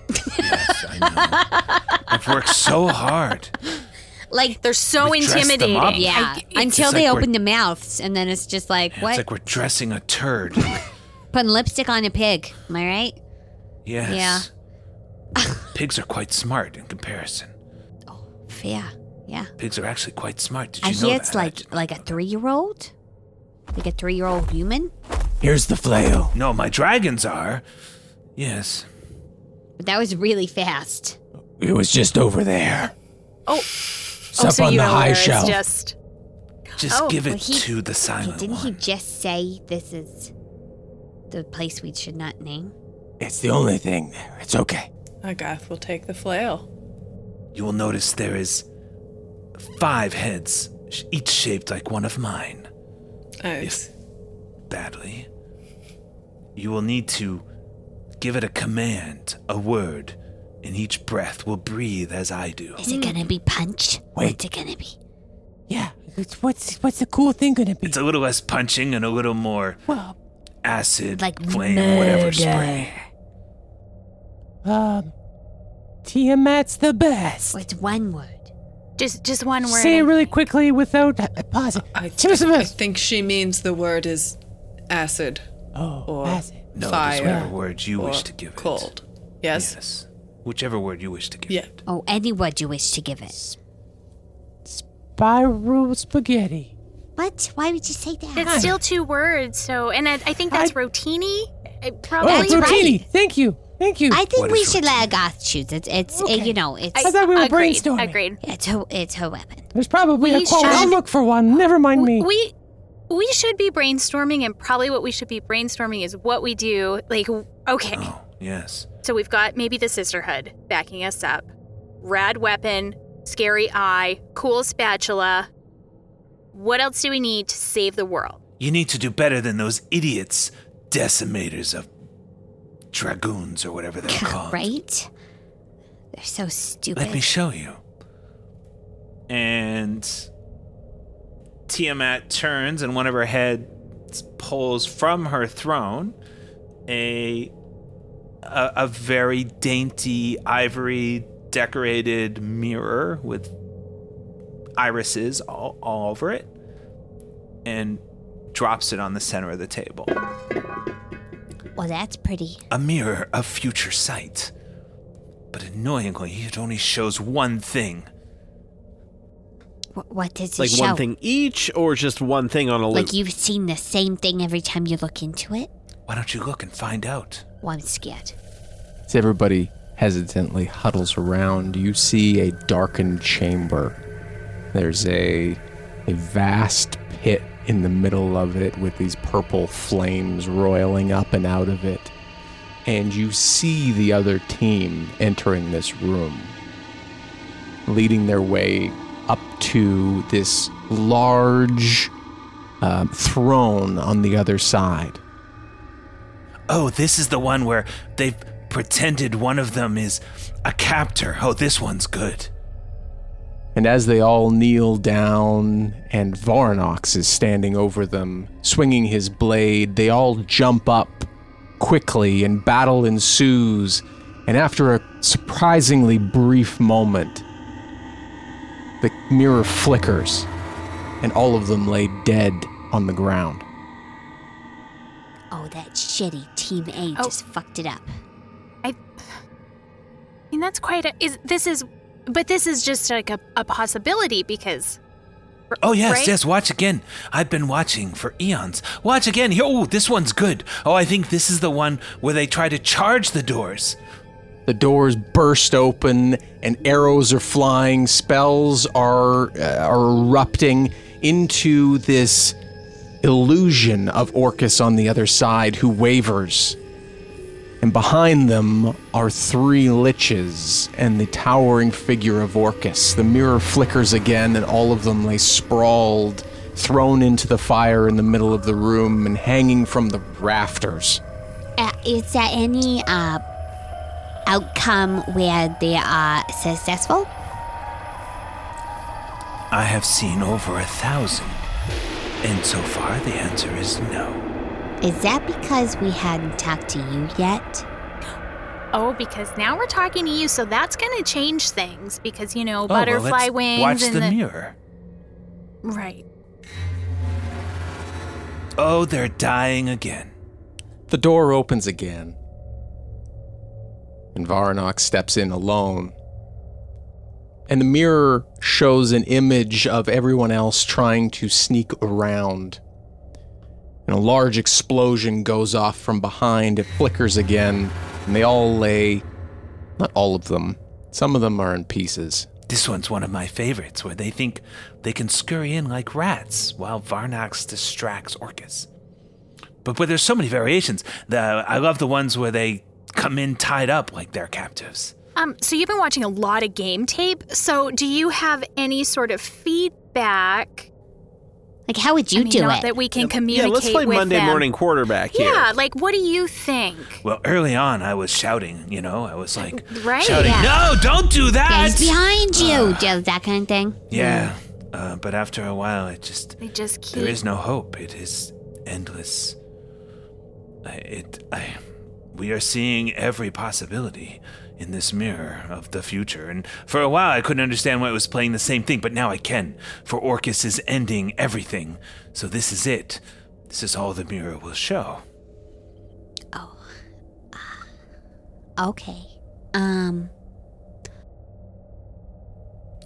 Speaker 3: I've worked so hard.
Speaker 4: Like
Speaker 6: they're so
Speaker 3: We dress them
Speaker 4: intimidating.
Speaker 3: intimidating. up.
Speaker 4: Yeah,
Speaker 3: I-
Speaker 4: until
Speaker 3: it's
Speaker 4: they
Speaker 3: like we're-
Speaker 4: open the mouths, and then it's just like
Speaker 3: It's
Speaker 4: what?
Speaker 3: like we're dressing a turd.
Speaker 4: Putting lipstick on a pig. Am I right?
Speaker 3: Yes.
Speaker 4: Yeah.
Speaker 3: Pigs are quite smart in comparison.
Speaker 4: Yeah. Yeah.
Speaker 3: Pigs are actually quite smart. Did you
Speaker 4: I
Speaker 3: know
Speaker 4: hear it's
Speaker 3: that?
Speaker 4: like like a three year old, like a three year old human.
Speaker 3: Here's the flail. No, my dragons are. Yes.
Speaker 4: But that was really fast.
Speaker 3: It was just over there.
Speaker 6: Oh,
Speaker 3: It's up on the high shelf.
Speaker 6: just
Speaker 3: Just
Speaker 4: Oh,
Speaker 3: give it
Speaker 4: well, he-
Speaker 3: to the silent
Speaker 4: Didn't
Speaker 3: one.
Speaker 4: he just say this is the place we should not name?
Speaker 3: It's the only thing there. It's okay.
Speaker 5: Agath will take the flail.
Speaker 3: You will notice there is five heads, sh- each shaped like one of mine.
Speaker 5: Oh,
Speaker 3: Badly. You will need to give it a command, a word, and each breath will breathe as I do.
Speaker 8: Oh.
Speaker 4: Is it gonna be punch?
Speaker 3: Wait.
Speaker 4: What's it gonna be?
Speaker 8: It's, what's what's the cool thing gonna be?
Speaker 3: It's a little less punching and a little more
Speaker 8: Well,
Speaker 3: acid,
Speaker 8: Like
Speaker 3: flame, whatever spray.
Speaker 8: um, Tiamat's the best.
Speaker 4: What's one word?
Speaker 6: just just one word.
Speaker 8: Say it really quickly without uh, pausing.
Speaker 5: I,
Speaker 8: Tiamat-
Speaker 5: I think she means the word is acid.
Speaker 8: Oh,
Speaker 5: or
Speaker 8: acid.
Speaker 3: No, there's
Speaker 5: fire.
Speaker 3: whatever word you
Speaker 5: or
Speaker 3: wish to give it.
Speaker 5: Cold. Yes.
Speaker 3: Yes. Whichever word you wish to give.
Speaker 5: Yeah.
Speaker 4: Oh, any word you wish to give it.
Speaker 8: Spiral spaghetti.
Speaker 4: What? Why would you say that?
Speaker 6: It's still two words, so and I, I think that's rotini. It probably
Speaker 8: oh, tortini. Thank you. Thank you.
Speaker 4: I think we should let Agoth choose. It's, it's uh, you know, it's
Speaker 8: I thought we were
Speaker 6: agreed,
Speaker 8: brainstorming.
Speaker 6: Agreed.
Speaker 4: it's her, it's her weapon.
Speaker 8: There's probably
Speaker 6: We
Speaker 8: a quote. I'll
Speaker 6: should-
Speaker 8: look for one. Never mind me.
Speaker 6: We we should be brainstorming, and probably what we should be brainstorming is what we do. Like, okay,
Speaker 3: Yes.
Speaker 6: so we've got maybe the sisterhood backing us up, rad weapon, scary eye, cool spatula. What else do we need to save the world?
Speaker 3: You need to do better than those idiots, decimators of dragoons or whatever they're called.
Speaker 4: Right? They're so stupid.
Speaker 3: Let me show you. And Tiamat turns, and one of her heads pulls from her throne a a, a very dainty ivory decorated mirror with irises all, all over it, and drops it on the center of the table.
Speaker 4: well, that's pretty.
Speaker 3: A mirror of future sight. But annoyingly, it only shows one thing.
Speaker 4: Wh- What does it
Speaker 7: Like
Speaker 4: show?
Speaker 7: one thing each, or just one thing on a loop?
Speaker 4: Like you've seen the same thing every time you look into it?
Speaker 3: Why don't you look and find out?
Speaker 4: Well, I'm scared.
Speaker 2: As everybody hesitantly huddles around, you see a darkened chamber. There's a, a vast pit in the middle of it with these purple flames roiling up and out of it. And you see the other team entering this room, leading their way up to this large um, throne on the other side.
Speaker 3: Oh, this is the one where they've pretended one of them is a captor. Oh, this one's good.
Speaker 2: And as they all kneel down and Varnox is standing over them, swinging his blade, they all jump up quickly and battle ensues. And after a surprisingly brief moment, the mirror flickers and all of them lay dead on the ground.
Speaker 4: Oh, that shitty Team A
Speaker 6: Oh.
Speaker 4: just fucked it up.
Speaker 6: I mean, that's quite a. Is this is, but this is just like a, a possibility because.
Speaker 3: Oh, yes,
Speaker 6: right?
Speaker 3: yes, watch again. I've been watching for eons. Watch again. Here- Oh, this one's good. Oh, I think this is the one where they try to charge the doors.
Speaker 2: The doors burst open, and arrows are flying. Spells are uh, are erupting into this illusion of Orcus on the other side, who wavers. And behind them are three liches and the towering figure of Orcus. The mirror flickers again, and all of them lay sprawled, thrown into the fire in the middle of the room and hanging from the rafters.
Speaker 4: Uh, is there any uh, outcome where they are successful?
Speaker 3: I have seen over a thousand. And so far, the answer is no.
Speaker 4: Is that because we hadn't talked to you yet?
Speaker 6: Oh, because now we're talking to you, so that's going to change things because, you
Speaker 7: Oh,
Speaker 6: know, butterfly wings.
Speaker 3: Watch
Speaker 6: and
Speaker 3: the, mirror.
Speaker 6: Right.
Speaker 3: Oh, they're dying again.
Speaker 2: The door opens again. And Varanok steps in alone. And the mirror shows an image of everyone else trying to sneak around. And a large explosion goes off from behind. It flickers again. And they all lay. Not all of them. Some of them are in pieces.
Speaker 3: This one's one of my favorites, where they think they can scurry in like rats while Varnox distracts Orcus. But where there's so many variations, the I love the ones where they come in tied up like they're captives.
Speaker 6: Um, so you've been watching a lot of game tape. So do you have any sort of feedback?
Speaker 4: Like, how would
Speaker 6: you I mean,
Speaker 7: do
Speaker 6: not
Speaker 7: it?
Speaker 6: That we can
Speaker 7: Yeah,
Speaker 6: communicate
Speaker 7: let's play
Speaker 6: with
Speaker 7: Monday
Speaker 6: them.
Speaker 7: morning quarterback here.
Speaker 6: Yeah, like what do you think?
Speaker 3: Well, early on, I was shouting, you know, I was like,
Speaker 6: Right?
Speaker 3: shouting, no, don't do that!
Speaker 4: Guys behind you, Does that kind of thing.
Speaker 3: Yeah, uh, but after a while, it just
Speaker 6: They just keep.
Speaker 3: there is no hope. It is endless. I, it, I, we are seeing every possibility in this mirror of the future, and for a while, I couldn't understand why it was playing the same thing, but now I can. For Orcus is ending everything, so this is it. This is all the mirror will show.
Speaker 4: Okay. Um.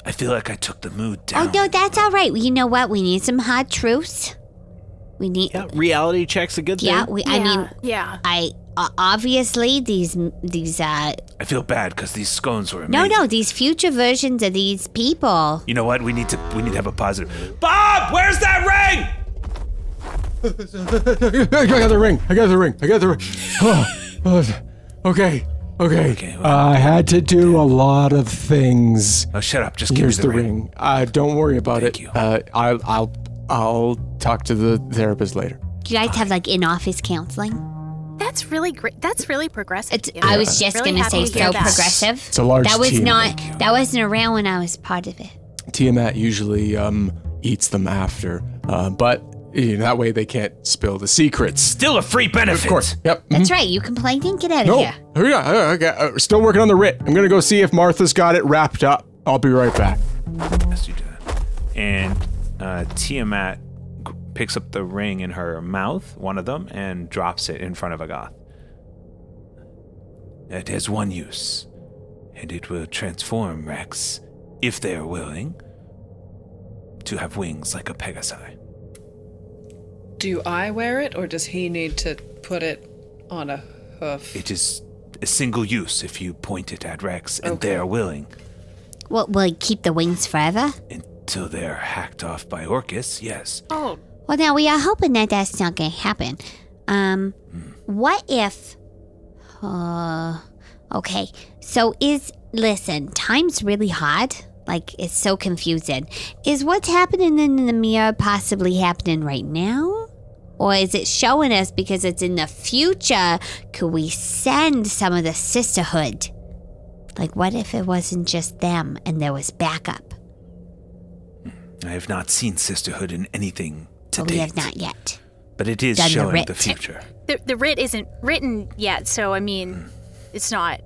Speaker 3: I feel like I took the mood down.
Speaker 4: Oh no, that's all right. You know what? We need some hard truths. We need. Yeah.
Speaker 7: Reality checks a good thing.
Speaker 4: we, I mean,
Speaker 6: yeah.
Speaker 4: I uh, obviously these these uh
Speaker 3: I feel bad because these scones were
Speaker 4: no
Speaker 3: amazing.
Speaker 4: no these future versions of these people.
Speaker 3: You know what? We need to we need to have a positive. Bob, where's that ring?
Speaker 9: I got the ring. I got the ring. I got the ring. Oh, oh, okay. Okay. I had to do a lot of things.
Speaker 3: Oh, shut up. Just give
Speaker 9: Here's
Speaker 3: me the,
Speaker 9: ring. Uh, don't worry about it. Uh, I, I'll I'll talk to the therapist later.
Speaker 4: Do you guys have like in office counseling?
Speaker 6: That's really great. That's really progressive. It's,
Speaker 4: I was just gonna say so progressive.
Speaker 9: It's a large
Speaker 4: That was
Speaker 9: team.
Speaker 4: not that wasn't around when I was part of it.
Speaker 9: Tiamat usually um, eats them after, uh, but you know, that way they can't spill the secrets.
Speaker 3: Still a free benefit.
Speaker 9: Of course. Yep.
Speaker 4: That's right. You complain, didn't get out of
Speaker 9: Mm-hmm. No. Hurry
Speaker 4: here.
Speaker 9: up. Uh, okay, uh, Still working on the writ. I'm gonna go see if Martha's got it wrapped up. I'll be right back.
Speaker 3: and uh, Tiamat g- picks up the ring in her mouth, one of them, and drops it in front of Agath. It has one use, and it will transform Rex, if they are willing, to have wings like a Pegasi.
Speaker 5: Do I wear it, or does he need to put it on a hoof?
Speaker 3: It is a single use if you point it at Rex, and they
Speaker 5: Okay.
Speaker 3: are willing.
Speaker 4: Well, will you keep the wings forever?
Speaker 3: Till they are hacked off by Orcus, yes.
Speaker 6: Oh.
Speaker 4: Well, now we are hoping that that's not going to happen. Um, what if? Uh, okay. So is listen, time's really hard. Like it's so confusing. Is what's happening in the mirror possibly happening right now? Or is it showing us because it's in the future? Could we send some of the sisterhood? Like, what if it wasn't just them and there was backup?
Speaker 3: I have not seen sisterhood in anything to
Speaker 4: But
Speaker 3: date.
Speaker 4: we have not yet.
Speaker 3: But it is
Speaker 4: done the
Speaker 3: showing
Speaker 4: writ.
Speaker 3: the future.
Speaker 6: The, the writ isn't written yet, so I mean, it's not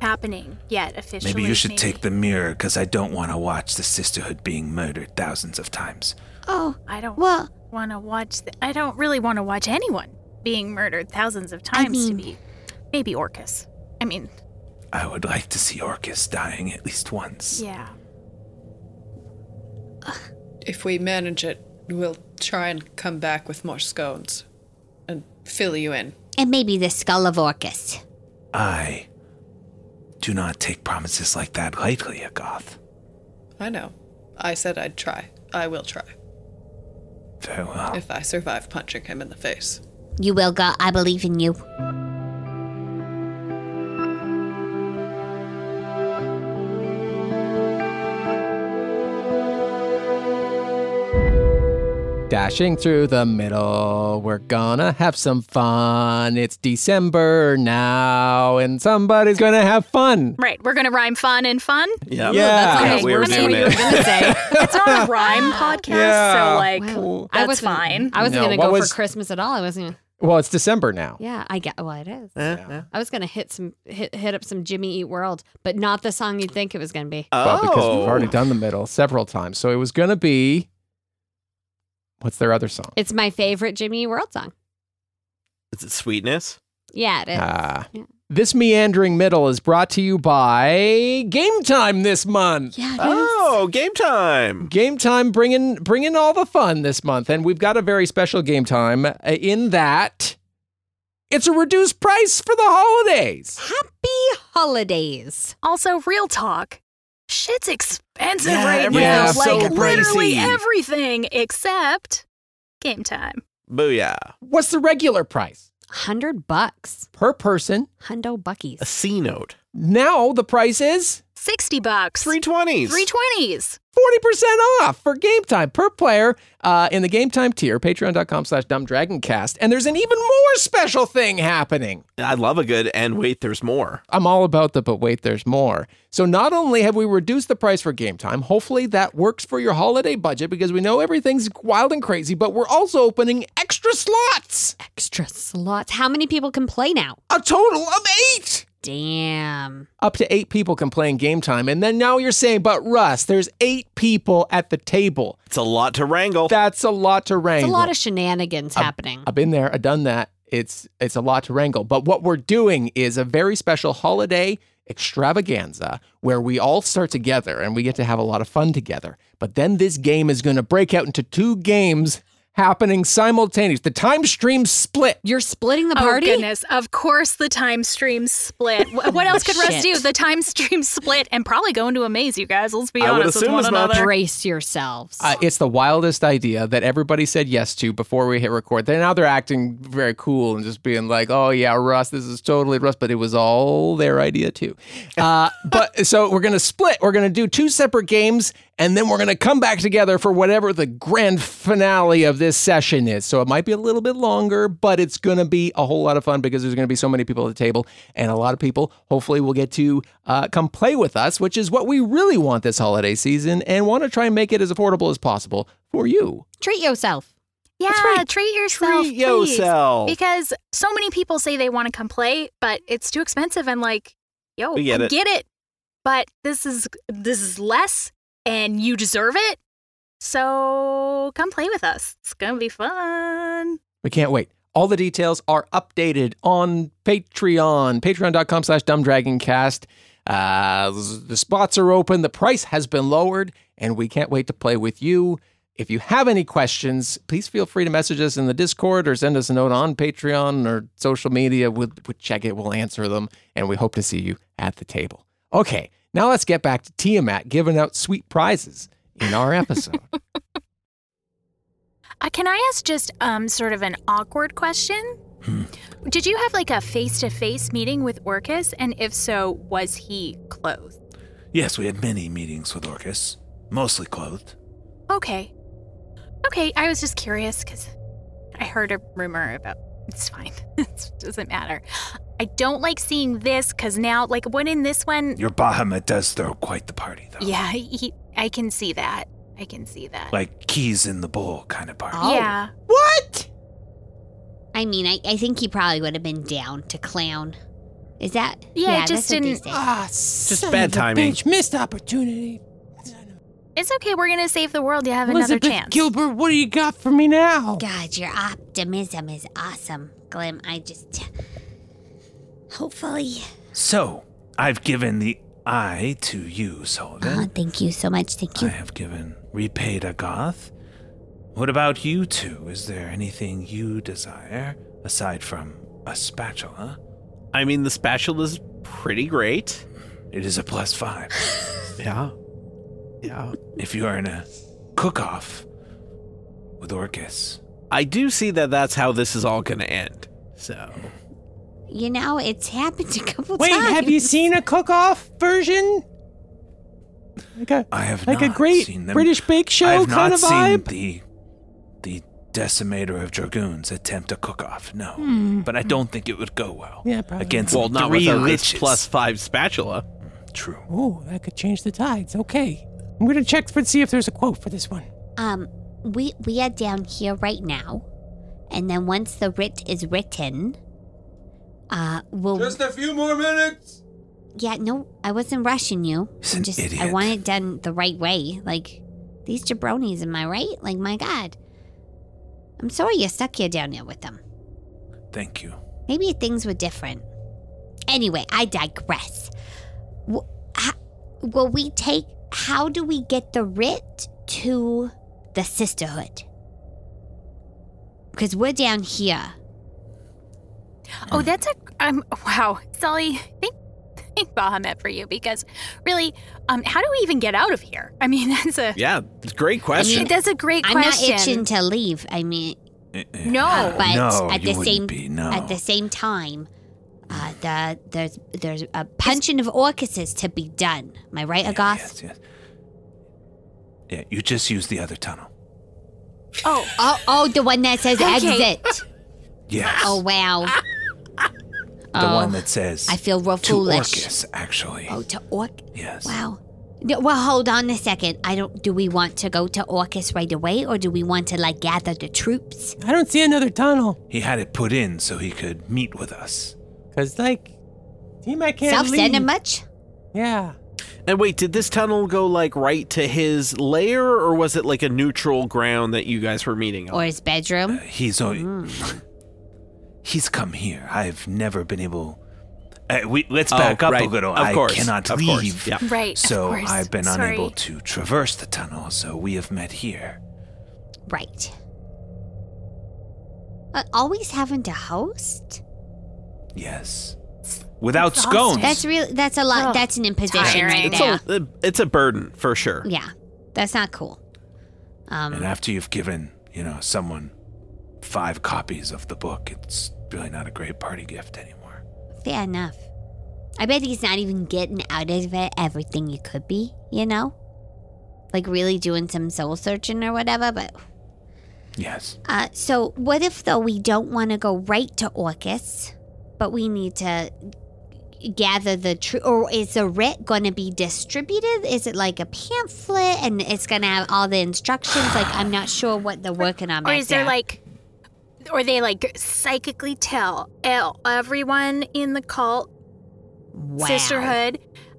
Speaker 6: happening yet officially.
Speaker 3: Maybe you should take the mirror because I don't want to watch the sisterhood being murdered thousands of times.
Speaker 4: Oh,
Speaker 6: I don't
Speaker 4: well-
Speaker 6: want to watch. th- I don't really want to watch anyone being murdered thousands of times
Speaker 4: mean-
Speaker 6: to be. Maybe Orcus. I mean,
Speaker 3: I would like to see Orcus dying at least once.
Speaker 6: yeah.
Speaker 5: If we manage it, we'll try and come back with more scones and fill you in.
Speaker 4: And maybe the skull of Orcus.
Speaker 3: I do not take promises like that lightly, Agoth.
Speaker 5: I know. I said I'd try. I will try.
Speaker 3: Very well.
Speaker 5: If I survive punching him in the face.
Speaker 4: You will, go. I believe in you.
Speaker 2: Slashing through the middle, we're gonna have some fun. It's December now, and somebody's gonna have fun.
Speaker 6: Right, we're gonna rhyme fun and fun.
Speaker 2: Yeah. Yeah. That's kinda weird,
Speaker 6: I mean,
Speaker 2: isn't
Speaker 6: we were
Speaker 2: it?
Speaker 6: gonna say it's not a rhyme podcast,
Speaker 2: Yeah.
Speaker 6: so like that's
Speaker 4: I was
Speaker 6: fine.
Speaker 4: I wasn't
Speaker 2: No,
Speaker 4: gonna
Speaker 2: what
Speaker 4: go
Speaker 2: was-
Speaker 4: for Christmas at all. I wasn't. Gonna,
Speaker 2: Well, it's December now.
Speaker 4: yeah, I get. Well, it is.
Speaker 2: Yeah, yeah.
Speaker 4: I was gonna hit some hit hit up some Jimmy Eat World, but not the song you'd think it was gonna be.
Speaker 2: Well, because we've Oh. already done the middle several times. So it was gonna be what's their other song?
Speaker 4: It's my favorite Jimmy Eat World song.
Speaker 7: Is it sweetness?
Speaker 4: Yeah, it is.
Speaker 2: Ah. This meandering middle is brought to you by Game Time this month.
Speaker 4: Yeah,
Speaker 7: oh, game time.
Speaker 2: Game Time bringing bringing all the fun this month, and we've got a very special Game Time uh, in that it's a reduced price for the holidays.
Speaker 4: Happy holidays.
Speaker 6: Also, real talk. Shit's expensive
Speaker 2: Yeah,
Speaker 6: right
Speaker 2: everything's
Speaker 6: now.
Speaker 2: so
Speaker 6: like literally
Speaker 2: pricey.
Speaker 6: everything except game time.
Speaker 7: Booyah.
Speaker 2: What's the regular price?
Speaker 4: Hundred bucks
Speaker 2: per person.
Speaker 4: Hundo buckies.
Speaker 7: A C note.
Speaker 2: Now the price is
Speaker 6: 60 bucks.
Speaker 7: 320s.
Speaker 6: 320s.
Speaker 2: 40% off for game time per player uh, in the game time tier, patreon.com slash dumbdragoncast. And there's an even more special thing happening.
Speaker 7: I love a good and wait, there's more.
Speaker 2: I'm all about the but wait, there's more. So not only have we reduced the price for game time, hopefully that works for your holiday budget because we know everything's wild and crazy, but we're also opening extra slots.
Speaker 4: Extra slots. How many people can play now?
Speaker 2: A total of eight.
Speaker 4: Damn.
Speaker 2: Up to eight people can play in game time. And then now you're saying, but Russ, there's eight people at the table.
Speaker 7: It's a lot to wrangle.
Speaker 2: That's a lot to
Speaker 4: It's
Speaker 2: wrangle.
Speaker 4: a lot of shenanigans
Speaker 2: I've-
Speaker 4: happening.
Speaker 2: I've been there. I've done that. It's it's a lot to wrangle. But what we're doing is a very special holiday extravaganza where we all start together and we get to have a lot of fun together. But then this game is going to break out into two games happening simultaneous. The time stream split.
Speaker 4: You're splitting the
Speaker 6: Oh,
Speaker 4: party?
Speaker 6: goodness. Of course, the time stream split. Wh- what else could Russ
Speaker 4: Shit.
Speaker 6: do? The time stream split and probably go into a maze, you guys. Let's be
Speaker 7: I would
Speaker 6: honest with
Speaker 7: assume
Speaker 6: one
Speaker 7: as much.
Speaker 6: another.
Speaker 4: Brace yourselves.
Speaker 2: Uh, it's the wildest idea that everybody said yes to before we hit record. Then now they're acting very cool and just being like, "Oh yeah, Russ, this is totally Russ," but it was all their idea too. Uh, but so we're gonna split. We're gonna do two separate games, and then we're gonna come back together for whatever the grand finale of this session is. So it might be a little bit longer, but it's gonna be a whole lot of fun because there's gonna be so many people at the table, and a lot of people hopefully will get to uh, come play with us, which is what we really want this holiday season, and want to try and make it as affordable as possible for you.
Speaker 4: Treat yourself.
Speaker 6: Yeah, treat yourself.
Speaker 7: Treat
Speaker 6: please.
Speaker 7: yourself.
Speaker 6: Because so many people say they want to come play, but it's too expensive. And like, yo,
Speaker 7: We get
Speaker 6: I
Speaker 7: it.
Speaker 6: get it. But this is this is less, and you deserve it. So come play with us. It's gonna be fun.
Speaker 2: We can't wait. All the details are updated on Patreon, patreon.com slash dumbdragoncast. Uh, the spots are open, the price has been lowered, and we can't wait to play with you. If you have any questions, please feel free to message us in the Discord or send us a note on Patreon or social media. We'll, we'll check it, we'll answer them, and we hope to see you at the table. Okay, now let's get back to Tiamat giving out sweet prizes in our episode.
Speaker 6: Uh, can I ask just um, sort of an awkward question? Did you have like a face to face meeting with Orcus? And if so, was he clothed?
Speaker 3: Yes, we had many meetings with Orcus, mostly clothed.
Speaker 6: Okay. Okay, I was just curious because I heard a rumor about it's fine. it doesn't matter. I don't like seeing this because now, like, when in this one,
Speaker 3: Your Bahamut does throw quite the party, though.
Speaker 6: yeah, he, I can see that. I can see that.
Speaker 3: Like keys in the bowl kind of party.
Speaker 6: Yeah.
Speaker 2: what?
Speaker 4: I mean, I, I think he probably would have been down to clown. Is that?
Speaker 6: Yeah, it
Speaker 4: that's
Speaker 6: just
Speaker 4: what they
Speaker 6: didn't-
Speaker 4: say.
Speaker 8: Ah, just
Speaker 7: bad timing.
Speaker 8: Bitch, missed opportunity.
Speaker 6: It's okay. We're going to save the world. You have
Speaker 8: Ah, Elizabeth
Speaker 6: another chance.
Speaker 8: Gilbert, what do you got for me now?
Speaker 4: God, your optimism is awesome, Glim. I just. Hopefully.
Speaker 3: So, I've given the eye to you, Sullivan.
Speaker 4: Oh, thank you so much. Thank
Speaker 3: I
Speaker 4: you.
Speaker 3: have given repaid a goth. What about you two? Is there anything you desire aside from a spatula?
Speaker 7: I mean, the spatula is pretty great.
Speaker 3: It is a plus five.
Speaker 7: Yeah. Yeah.
Speaker 3: if you are in a cook off with Orcus,
Speaker 7: I do see that that's how this is all going to end. So,
Speaker 4: You know, it's happened a couple
Speaker 8: Wait,
Speaker 4: times.
Speaker 8: have you seen a cook-off version? Like a
Speaker 3: I have
Speaker 8: like
Speaker 3: not
Speaker 8: a great
Speaker 3: seen them.
Speaker 8: British bake
Speaker 3: I
Speaker 8: show
Speaker 3: have
Speaker 8: kind
Speaker 3: not
Speaker 8: of vibe.
Speaker 3: seen the the decimator of dragoons attempt a cook-off. No,
Speaker 8: Hmm.
Speaker 3: but I don't think it would go well.
Speaker 8: Yeah, probably.
Speaker 3: Against
Speaker 7: Well, not
Speaker 3: three
Speaker 7: without this
Speaker 3: liches.
Speaker 7: plus five spatula.
Speaker 3: True.
Speaker 8: Oh, that could change the tides. Okay. I'm going to check for see if there's a quote for this one.
Speaker 4: Um, we we are down here right now, and then once the writ is written, uh, we'll.
Speaker 12: Just a few more minutes.
Speaker 4: yeah, no, I wasn't rushing you. I'm
Speaker 12: an
Speaker 4: just, I
Speaker 12: idiot.
Speaker 4: want it done the right way. Like these jabronis, am I right? Like my God, I'm sorry you're stuck here down here with them.
Speaker 3: Thank you.
Speaker 4: Maybe if things were different. Anyway, I digress. W- ha- will we take? How do we get the writ to the sisterhood? Because we're down here.
Speaker 6: Oh, that's a um. Wow, Sully, thank thank Bahamut for you because really, um, how do we even get out of here? I mean, that's a
Speaker 7: Yeah, it's a great question.
Speaker 6: I mean, that's a great
Speaker 4: I'm not
Speaker 6: question.
Speaker 4: itching to leave. I mean,
Speaker 3: Eh,
Speaker 6: No.
Speaker 4: uh, but
Speaker 6: No,
Speaker 4: at
Speaker 6: you
Speaker 4: the
Speaker 6: wouldn't
Speaker 4: same
Speaker 6: be, no.
Speaker 4: at the same time, uh, the there's there's a punching of orcuses to be done. Am I right, Agoth?
Speaker 3: Yeah, you just use the other tunnel.
Speaker 6: Oh.
Speaker 4: oh, the one that says
Speaker 12: Okay.
Speaker 4: exit.
Speaker 3: Yes.
Speaker 4: Oh wow.
Speaker 3: The one that says
Speaker 4: Oh, I feel real
Speaker 3: to
Speaker 4: foolish.
Speaker 3: Orcus, actually.
Speaker 4: Oh, to Orc.
Speaker 3: Yes.
Speaker 4: Wow. No, well, hold on a second. I don't. Do we want to go to Orcus right away, or do we want to like gather the troops?
Speaker 8: I don't see another tunnel.
Speaker 3: He had it put in so he could meet with us.
Speaker 8: Cause like Team, I can't
Speaker 4: Self
Speaker 8: leave.
Speaker 4: center much?
Speaker 8: Yeah.
Speaker 7: And wait, did this tunnel go like right to his lair, or was it like a neutral ground that you guys were meeting on?
Speaker 4: Or his bedroom?
Speaker 3: He's only,
Speaker 4: Hmm.
Speaker 3: he's come here. I've never been able. Uh, we let's
Speaker 7: Oh,
Speaker 3: back up
Speaker 7: right.
Speaker 3: a little.
Speaker 7: Of
Speaker 3: I
Speaker 7: course,
Speaker 3: cannot
Speaker 7: of course,
Speaker 3: leave.
Speaker 7: yeah.
Speaker 6: Right, of
Speaker 3: So
Speaker 6: course.
Speaker 3: I've been
Speaker 6: Sorry.
Speaker 3: unable to traverse the tunnel. So we have met here.
Speaker 4: Right. Uh, always having to host.
Speaker 3: Yes. Without Oh, scones.
Speaker 4: That's real. That's a lot. that's an imposition right
Speaker 7: it's,
Speaker 4: now.
Speaker 7: A, it's a burden for sure.
Speaker 4: Yeah, that's not cool. Um,
Speaker 3: and after you've given, you know, someone five copies of the book, it's really not a great party gift anymore.
Speaker 4: fair enough. I bet he's not even getting out of it everything he could be. You know, like really doing some soul searching or whatever. But
Speaker 3: Yes.
Speaker 4: Uh, so, what if though we don't want to go right to Orcus, but we need to gather the truth? Or is the writ going to be distributed? Is it like a pamphlet and it's going to have all the instructions? Like, I'm not sure what they're working on.
Speaker 6: or
Speaker 4: back
Speaker 6: is there
Speaker 4: there.
Speaker 6: like or they like psychically tell el- everyone in the cult
Speaker 4: Wow.
Speaker 6: sisterhood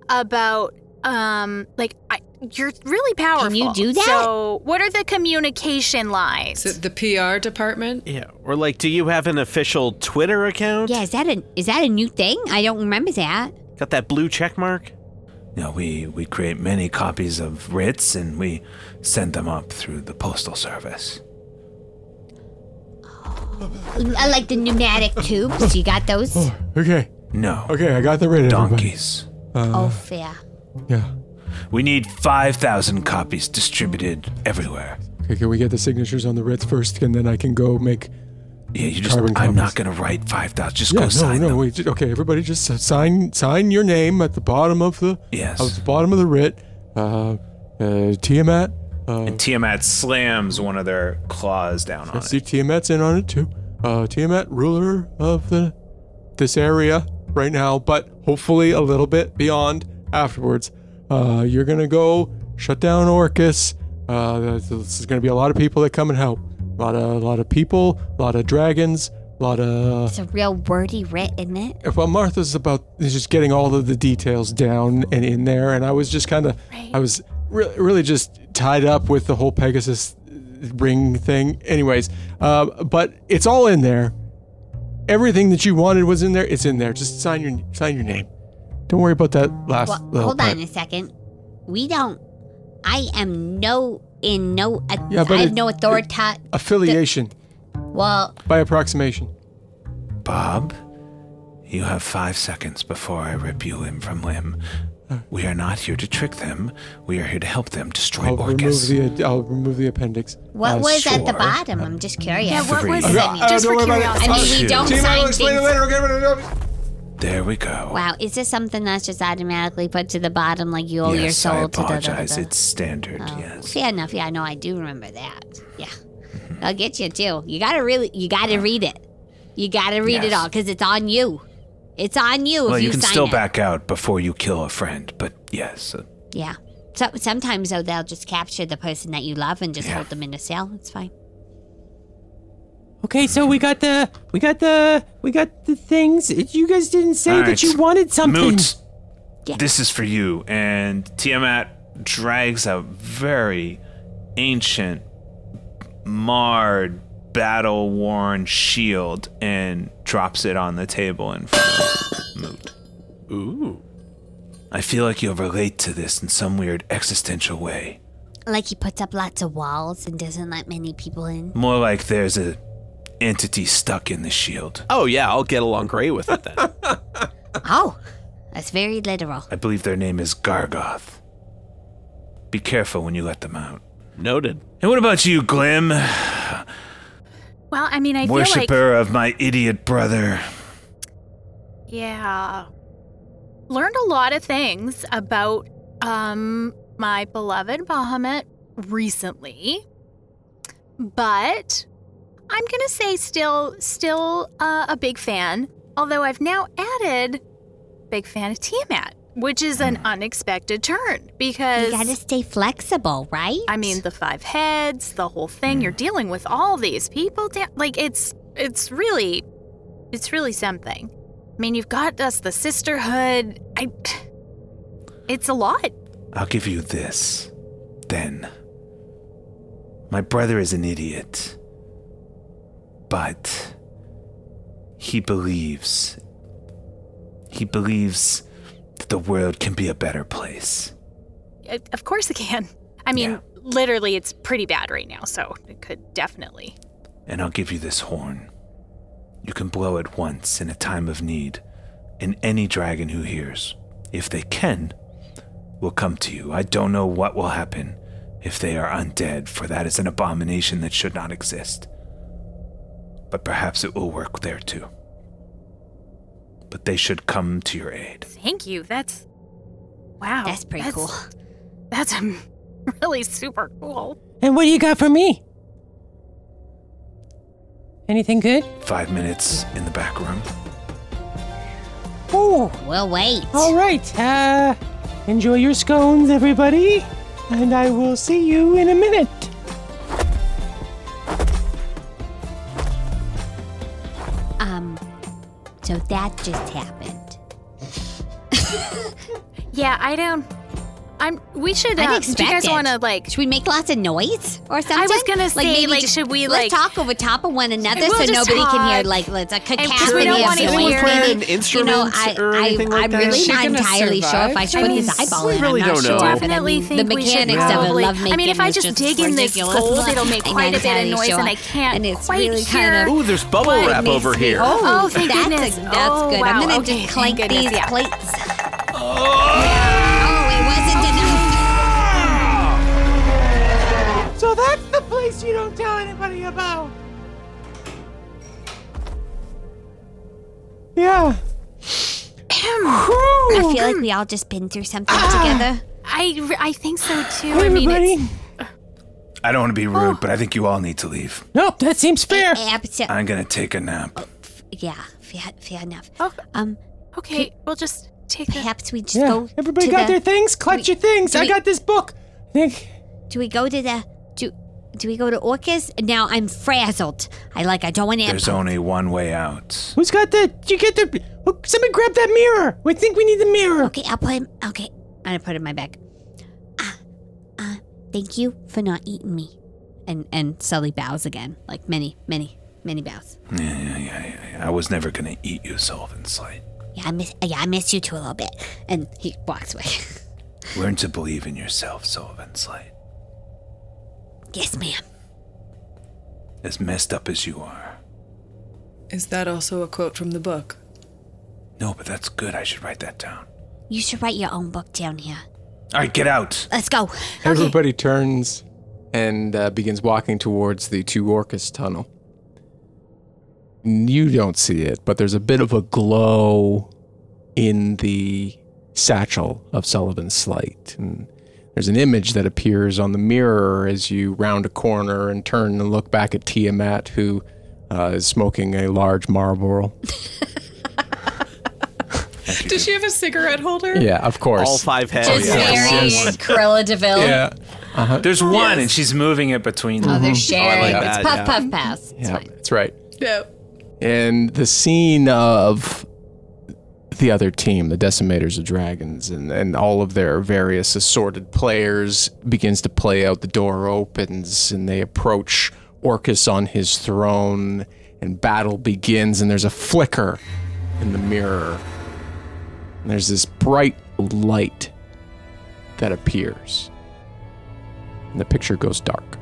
Speaker 6: about um like I, you're really powerful
Speaker 4: you do that?
Speaker 6: so what are the communication lines
Speaker 5: the pr department
Speaker 7: Yeah. Or like, do you have an official Twitter account?
Speaker 4: Yeah, is that a is that a new thing? I don't remember that.
Speaker 7: Got that blue check mark?
Speaker 3: Now we we create many copies of writs and we send them up through the postal service.
Speaker 4: I like the pneumatic tubes. You got those?
Speaker 9: Okay.
Speaker 3: No.
Speaker 9: Okay, I got the Uh, rid of
Speaker 3: Donkeys.
Speaker 4: oh, fair.
Speaker 9: Yeah.
Speaker 3: We need 5,000 copies distributed everywhere.
Speaker 9: Okay, can we get the signatures on the writs first, and then I can go make.
Speaker 3: Yeah, you just
Speaker 9: Carbon copies.
Speaker 3: I'm not going to write 5,000. Just
Speaker 9: yeah,
Speaker 3: go
Speaker 9: no,
Speaker 3: sign
Speaker 9: no,
Speaker 3: them.
Speaker 9: wait, ju- okay, everybody, just s- sign sign your name at the bottom of the
Speaker 3: Yes.
Speaker 9: of the bottom of the writ. Uh, uh, Tiamat. Uh,
Speaker 3: And Tiamat slams one of their claws down
Speaker 9: I
Speaker 3: on
Speaker 9: see Tiamat's in on it too. Uh, Tiamat, ruler of the this area right now, but hopefully a little bit beyond afterwards. Uh, you're gonna go shut down Orcus. Uh, there's, there's gonna be a lot of people that come and help. A lot of a lot of people, a lot of dragons, a lot of
Speaker 4: It's a real wordy writ, isn't it?
Speaker 9: well, Martha's about is just getting all of the details down and in there, and I was just kind of, I was re- really just tied up with the whole Pegasus ring thing. Anyways, um, but it's all in there. Everything that you wanted was in there. It's in there. Just sign your sign your name. Don't worry about that last
Speaker 4: Well,
Speaker 9: little
Speaker 4: hold
Speaker 9: part.
Speaker 4: on a second. We don't. I am no in no.
Speaker 9: Yeah, but
Speaker 4: I have
Speaker 9: it-
Speaker 4: no
Speaker 9: it-
Speaker 4: authority.
Speaker 9: Affiliation
Speaker 4: well,
Speaker 9: by approximation.
Speaker 3: it. Bob, you have five seconds before I rip you limb from limb.
Speaker 9: Uh.
Speaker 3: We are not here to trick them. We are here to help them destroy
Speaker 9: I'll remove
Speaker 3: Orcus.
Speaker 9: the ad- I'll remove the appendix.
Speaker 4: what
Speaker 9: Uh,
Speaker 4: was at the
Speaker 9: sure.
Speaker 4: bottom? I'm just curious.
Speaker 9: Yeah, what was
Speaker 4: I
Speaker 9: it?
Speaker 4: mean,
Speaker 9: Uh, Just don't for worry about it.
Speaker 4: I mean, we
Speaker 9: Two.
Speaker 4: don't
Speaker 9: Team, I will
Speaker 4: sign
Speaker 9: explain it
Speaker 4: things.
Speaker 9: later, okay?
Speaker 3: There we go.
Speaker 4: Wow, is this something that's just automatically put to the bottom, like you owe your
Speaker 3: yes,
Speaker 4: soul
Speaker 3: I
Speaker 4: to the? Oh.
Speaker 3: apologize.
Speaker 4: the, the,
Speaker 3: It's standard. Yes.
Speaker 4: Fair enough. Yeah, I know. I do remember that. Yeah. They'll get you too. You gotta really, you gotta read it. You gotta read it
Speaker 3: Yes.
Speaker 4: all because it's on you. It's on you.
Speaker 3: well,
Speaker 4: if
Speaker 3: you,
Speaker 4: you,
Speaker 3: can
Speaker 4: sign
Speaker 3: still
Speaker 4: it.
Speaker 3: back out before you kill a friend, but yes. uh,
Speaker 4: Yeah. So sometimes though they'll just capture the person that you love and just hold them in a cell. It's fine.
Speaker 8: Okay, so we got the we got the we got the things. You guys didn't say
Speaker 3: All
Speaker 8: that
Speaker 3: right.
Speaker 8: you wanted something.
Speaker 3: Moot, this is for you. And Tiamat drags a very ancient, marred, battle worn shield and drops it on the table in front of Moot. Ooh. I feel like you'll relate to this in some weird existential way.
Speaker 4: Like he puts up lots of walls and doesn't let many people in.
Speaker 3: More like there's a entity stuck in the shield.
Speaker 7: Oh yeah, I'll get along great with it then.
Speaker 4: Oh, that's very literal.
Speaker 3: I believe their name is Gargoth. Be careful when you let them out.
Speaker 7: Noted.
Speaker 3: And what about you, Glim?
Speaker 6: Well, I mean, I feel like
Speaker 3: Worshipper of my idiot brother.
Speaker 6: Yeah. Learned a lot of things about um my beloved Bahamut recently. But I'm going to say still still uh, a big fan, although I've now added big fan of Tiamat, which is an unexpected turn because
Speaker 4: Hmm. You gotta stay flexible, right? Hmm.
Speaker 6: I mean, the five heads, the whole thing. You're dealing with all these people. Da- like it's it's really it's really something. I mean, you've got us the sisterhood. I it's a lot.
Speaker 3: I'll give you this. Then. My brother is an idiot. But. He believes. He believes that the world can be a better place.
Speaker 6: Uh, Of course it can. I mean, literally it's pretty bad right now, so it could definitely.
Speaker 3: And I'll give you this horn. You can blow it once in a time of need, and any dragon who hears, if they can, will come to you. I don't know what will happen if they are undead, for that is an abomination that should not exist. But perhaps it will work there too. But they should come to your aid.
Speaker 6: Thank you. That's wow.
Speaker 4: That's pretty cool.
Speaker 6: That's um, really super cool.
Speaker 8: And what do you got for me? Anything good?
Speaker 3: Five minutes in the back room.
Speaker 8: Oh,
Speaker 4: We'll wait.
Speaker 8: all right. Uh, enjoy your scones, everybody, and I will see you in a minute.
Speaker 4: Um, so that just happened.
Speaker 6: Yeah, I don't. I'm. We should. Uh, do you guys
Speaker 4: Unexpected.
Speaker 6: want to like?
Speaker 4: Should we make lots of noise or something?
Speaker 6: gonna say,
Speaker 4: maybe
Speaker 6: like,
Speaker 4: j-
Speaker 6: should we,
Speaker 4: let's
Speaker 6: like-
Speaker 4: talk over top of one another
Speaker 6: We'll
Speaker 4: so
Speaker 6: just
Speaker 4: nobody can hear
Speaker 6: talk.
Speaker 4: like let's a
Speaker 6: And 'cause
Speaker 4: cacophony
Speaker 6: we don't
Speaker 4: of
Speaker 6: wanna
Speaker 4: noise.
Speaker 6: hear- Anyone playing
Speaker 4: you know,
Speaker 7: instruments
Speaker 4: I,
Speaker 7: or
Speaker 4: I,
Speaker 7: anything like
Speaker 4: I'm
Speaker 7: that?
Speaker 4: really
Speaker 7: Is she
Speaker 4: not
Speaker 5: gonna
Speaker 4: entirely sure
Speaker 5: survive?
Speaker 4: if I should put his eyeball
Speaker 7: we
Speaker 4: in.
Speaker 7: really
Speaker 4: I'm not
Speaker 7: don't
Speaker 4: sure.
Speaker 7: know.
Speaker 4: but I
Speaker 6: Definitely
Speaker 4: mean,
Speaker 6: think
Speaker 4: the
Speaker 6: we should
Speaker 4: mechanics
Speaker 6: probably-
Speaker 4: of it, love
Speaker 6: I mean, if I
Speaker 4: was
Speaker 6: just dig in this
Speaker 4: ridiculous.
Speaker 6: gold, it'll make
Speaker 4: I'm
Speaker 6: quite
Speaker 4: not
Speaker 6: a bit of
Speaker 4: entirely
Speaker 6: noise, and
Speaker 4: sure.
Speaker 6: I can't
Speaker 4: And it's
Speaker 6: quite
Speaker 4: really
Speaker 6: hear-
Speaker 1: Uh,
Speaker 4: kind of
Speaker 7: Ooh, there's bubble wrap
Speaker 4: makes
Speaker 7: over
Speaker 4: me-
Speaker 7: here.
Speaker 6: Oh, thank
Speaker 4: that's
Speaker 6: goodness.
Speaker 4: A, that's
Speaker 6: Oh,
Speaker 4: good.
Speaker 6: wow.
Speaker 4: I'm gonna
Speaker 6: Okay,
Speaker 4: just
Speaker 6: thank
Speaker 4: clank
Speaker 6: goodness,
Speaker 4: these
Speaker 6: yeah.
Speaker 4: plates. Oh, it wasn't enough.
Speaker 8: So that's the place you don't tell anybody about. Yeah.
Speaker 4: I feel like we all just been through something
Speaker 8: Ah.
Speaker 4: together.
Speaker 6: I, I think so too.
Speaker 8: Hey,
Speaker 6: I mean,
Speaker 8: everybody.
Speaker 6: it's,
Speaker 3: I don't want to be rude, but I think you all need to leave.
Speaker 8: Nope, that seems fair.
Speaker 4: Abso-
Speaker 3: I'm gonna take a nap.
Speaker 4: yeah, fair, fair enough.
Speaker 6: Oh.
Speaker 4: Um,
Speaker 6: okay, we'll just take the.
Speaker 4: perhaps we just
Speaker 8: Yeah.
Speaker 4: go.
Speaker 8: Everybody
Speaker 4: to
Speaker 8: got
Speaker 4: the,
Speaker 8: their things? Clutch
Speaker 4: we-
Speaker 8: your things.
Speaker 4: do
Speaker 8: I
Speaker 4: we-
Speaker 8: got this book. I think.
Speaker 4: Do we go to the? Do do we go to Orcas? Now I'm frazzled. I like. I don't want to.
Speaker 3: There's only one way out.
Speaker 8: Who's got the. Did you get the. oh, Somebody grab that mirror. We think we need the mirror.
Speaker 4: Okay, I'll put him. Okay, I'm gonna put it in my bag. Uh, uh, thank you for not eating me. And and Sully bows again, like many, many, many bows.
Speaker 3: Yeah, yeah, yeah, yeah, yeah. I was never gonna eat you, Sullivan Slate.
Speaker 4: Yeah, I miss. Yeah, I miss you too a little bit. And he walks away.
Speaker 3: Learn to believe in yourself, Sullivan Slate.
Speaker 4: yes, ma'am.
Speaker 3: As messed up as you are.
Speaker 5: Is that also a quote from the book?
Speaker 3: No, but that's good. I should write that down.
Speaker 4: You should write your own book down here.
Speaker 3: All right, get out.
Speaker 4: Let's go.
Speaker 2: Everybody turns and uh, begins walking towards the Two Orcas tunnel. You don't see it, but there's a bit of a glow in the satchel of Sullivan's Slight. And There's an image that appears on the mirror as you round a corner and turn and look back at Tiamat, who uh, is smoking a large Marlboro.
Speaker 5: Does she have a cigarette holder?
Speaker 2: yeah, of course.
Speaker 7: All five heads.
Speaker 2: Oh,
Speaker 12: Just
Speaker 2: yeah.
Speaker 12: very
Speaker 2: Yes.
Speaker 12: Cruella Deville.
Speaker 2: Yeah. Uh-huh.
Speaker 3: There's one, and she's moving it between.
Speaker 12: Oh,
Speaker 3: them.
Speaker 12: they're sharing.
Speaker 2: like
Speaker 12: it's
Speaker 2: that,
Speaker 12: puff,
Speaker 2: yeah.
Speaker 12: puff, pass.
Speaker 2: Yeah, that's right.
Speaker 5: No.
Speaker 2: and the scene of the other team, the Decimators of Dragons, and, and all of their various assorted players begins to play out. The door opens and they approach Orcus on his throne, and battle begins. And there's a flicker in the mirror. And there's this bright light that appears, and the picture goes dark.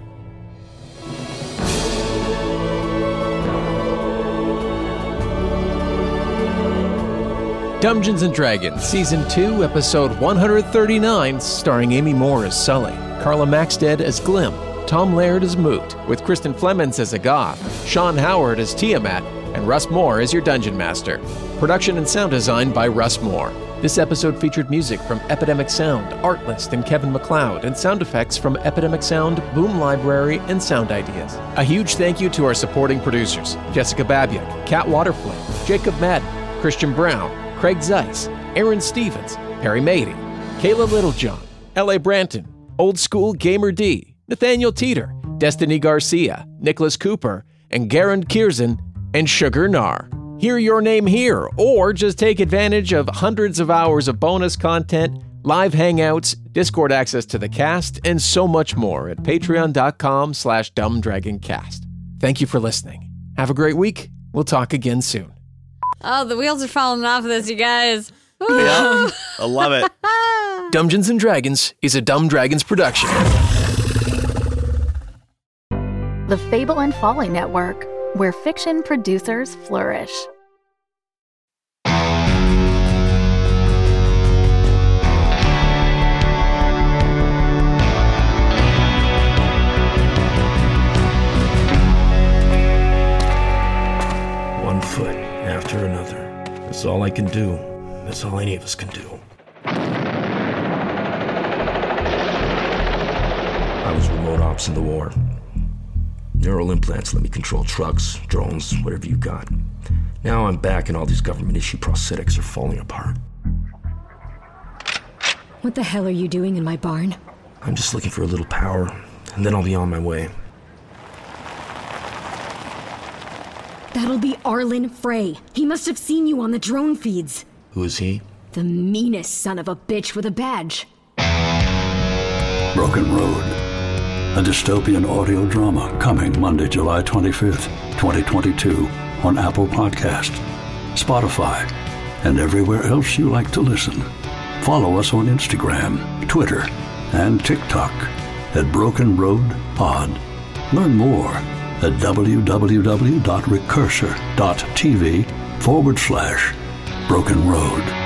Speaker 2: Dungeons and Dragons, Season 2, Episode 139, starring Amy Moore as Sully, Carla Maxted as Glim, Tom Laird as Moot, with Kristen Flemons as Agath, Sean Howard as Tiamat, and Russ Moore as your Dungeon Master. Production and sound design by Russ Moore. This episode featured music from Epidemic Sound, Artlist, and Kevin McLeod, and sound effects from Epidemic Sound, Boom Library, and Sound Ideas. A huge thank you to our supporting producers Jessica Babiak, Kat Waterflake, Jacob Madden, Christian Brown, Craig Zeiss, Aaron Stevens, Harry Mady, Kayla Littlejohn, L.A. Branton, Old School Gamer D, Nathaniel Teeter, Destiny Garcia, Nicholas Cooper, and Garen Kierzen, and Sugar Nar. Hear your name here, or just take advantage of hundreds of hours of bonus content, live hangouts, Discord access to the cast, and so much more at patreon.com slash dumbdragoncast. Thank you for listening. Have a great week. We'll talk again soon.
Speaker 4: Oh, the wheels are falling off of this, you guys. Oh, Woo.
Speaker 7: Yeah. I love it.
Speaker 2: Dungeons and Dragons is a Dumb Dragons production.
Speaker 13: The Fable and Folly Network, where fiction producers flourish.
Speaker 14: One foot after another. That's all I can do. That's all any of us can do. I was remote ops in the war. Neural implants let me control trucks, drones, whatever you got. Now I'm back and all these government issue prosthetics are falling apart.
Speaker 15: What the hell are you doing in my barn?
Speaker 14: I'm just looking for a little power, and then I'll be on my way.
Speaker 15: That'll be Arlen Frey. He must have seen you on the drone feeds.
Speaker 14: Who is he?
Speaker 15: The meanest son of a bitch with a badge.
Speaker 16: Broken Road. A dystopian audio drama coming Monday, July 25th, 2022, on Apple Podcast, Spotify, and everywhere else you like to listen. Follow us on Instagram, Twitter, and TikTok at Broken Road Pod. Learn more at www.recursor.tv forward slash Broken Road.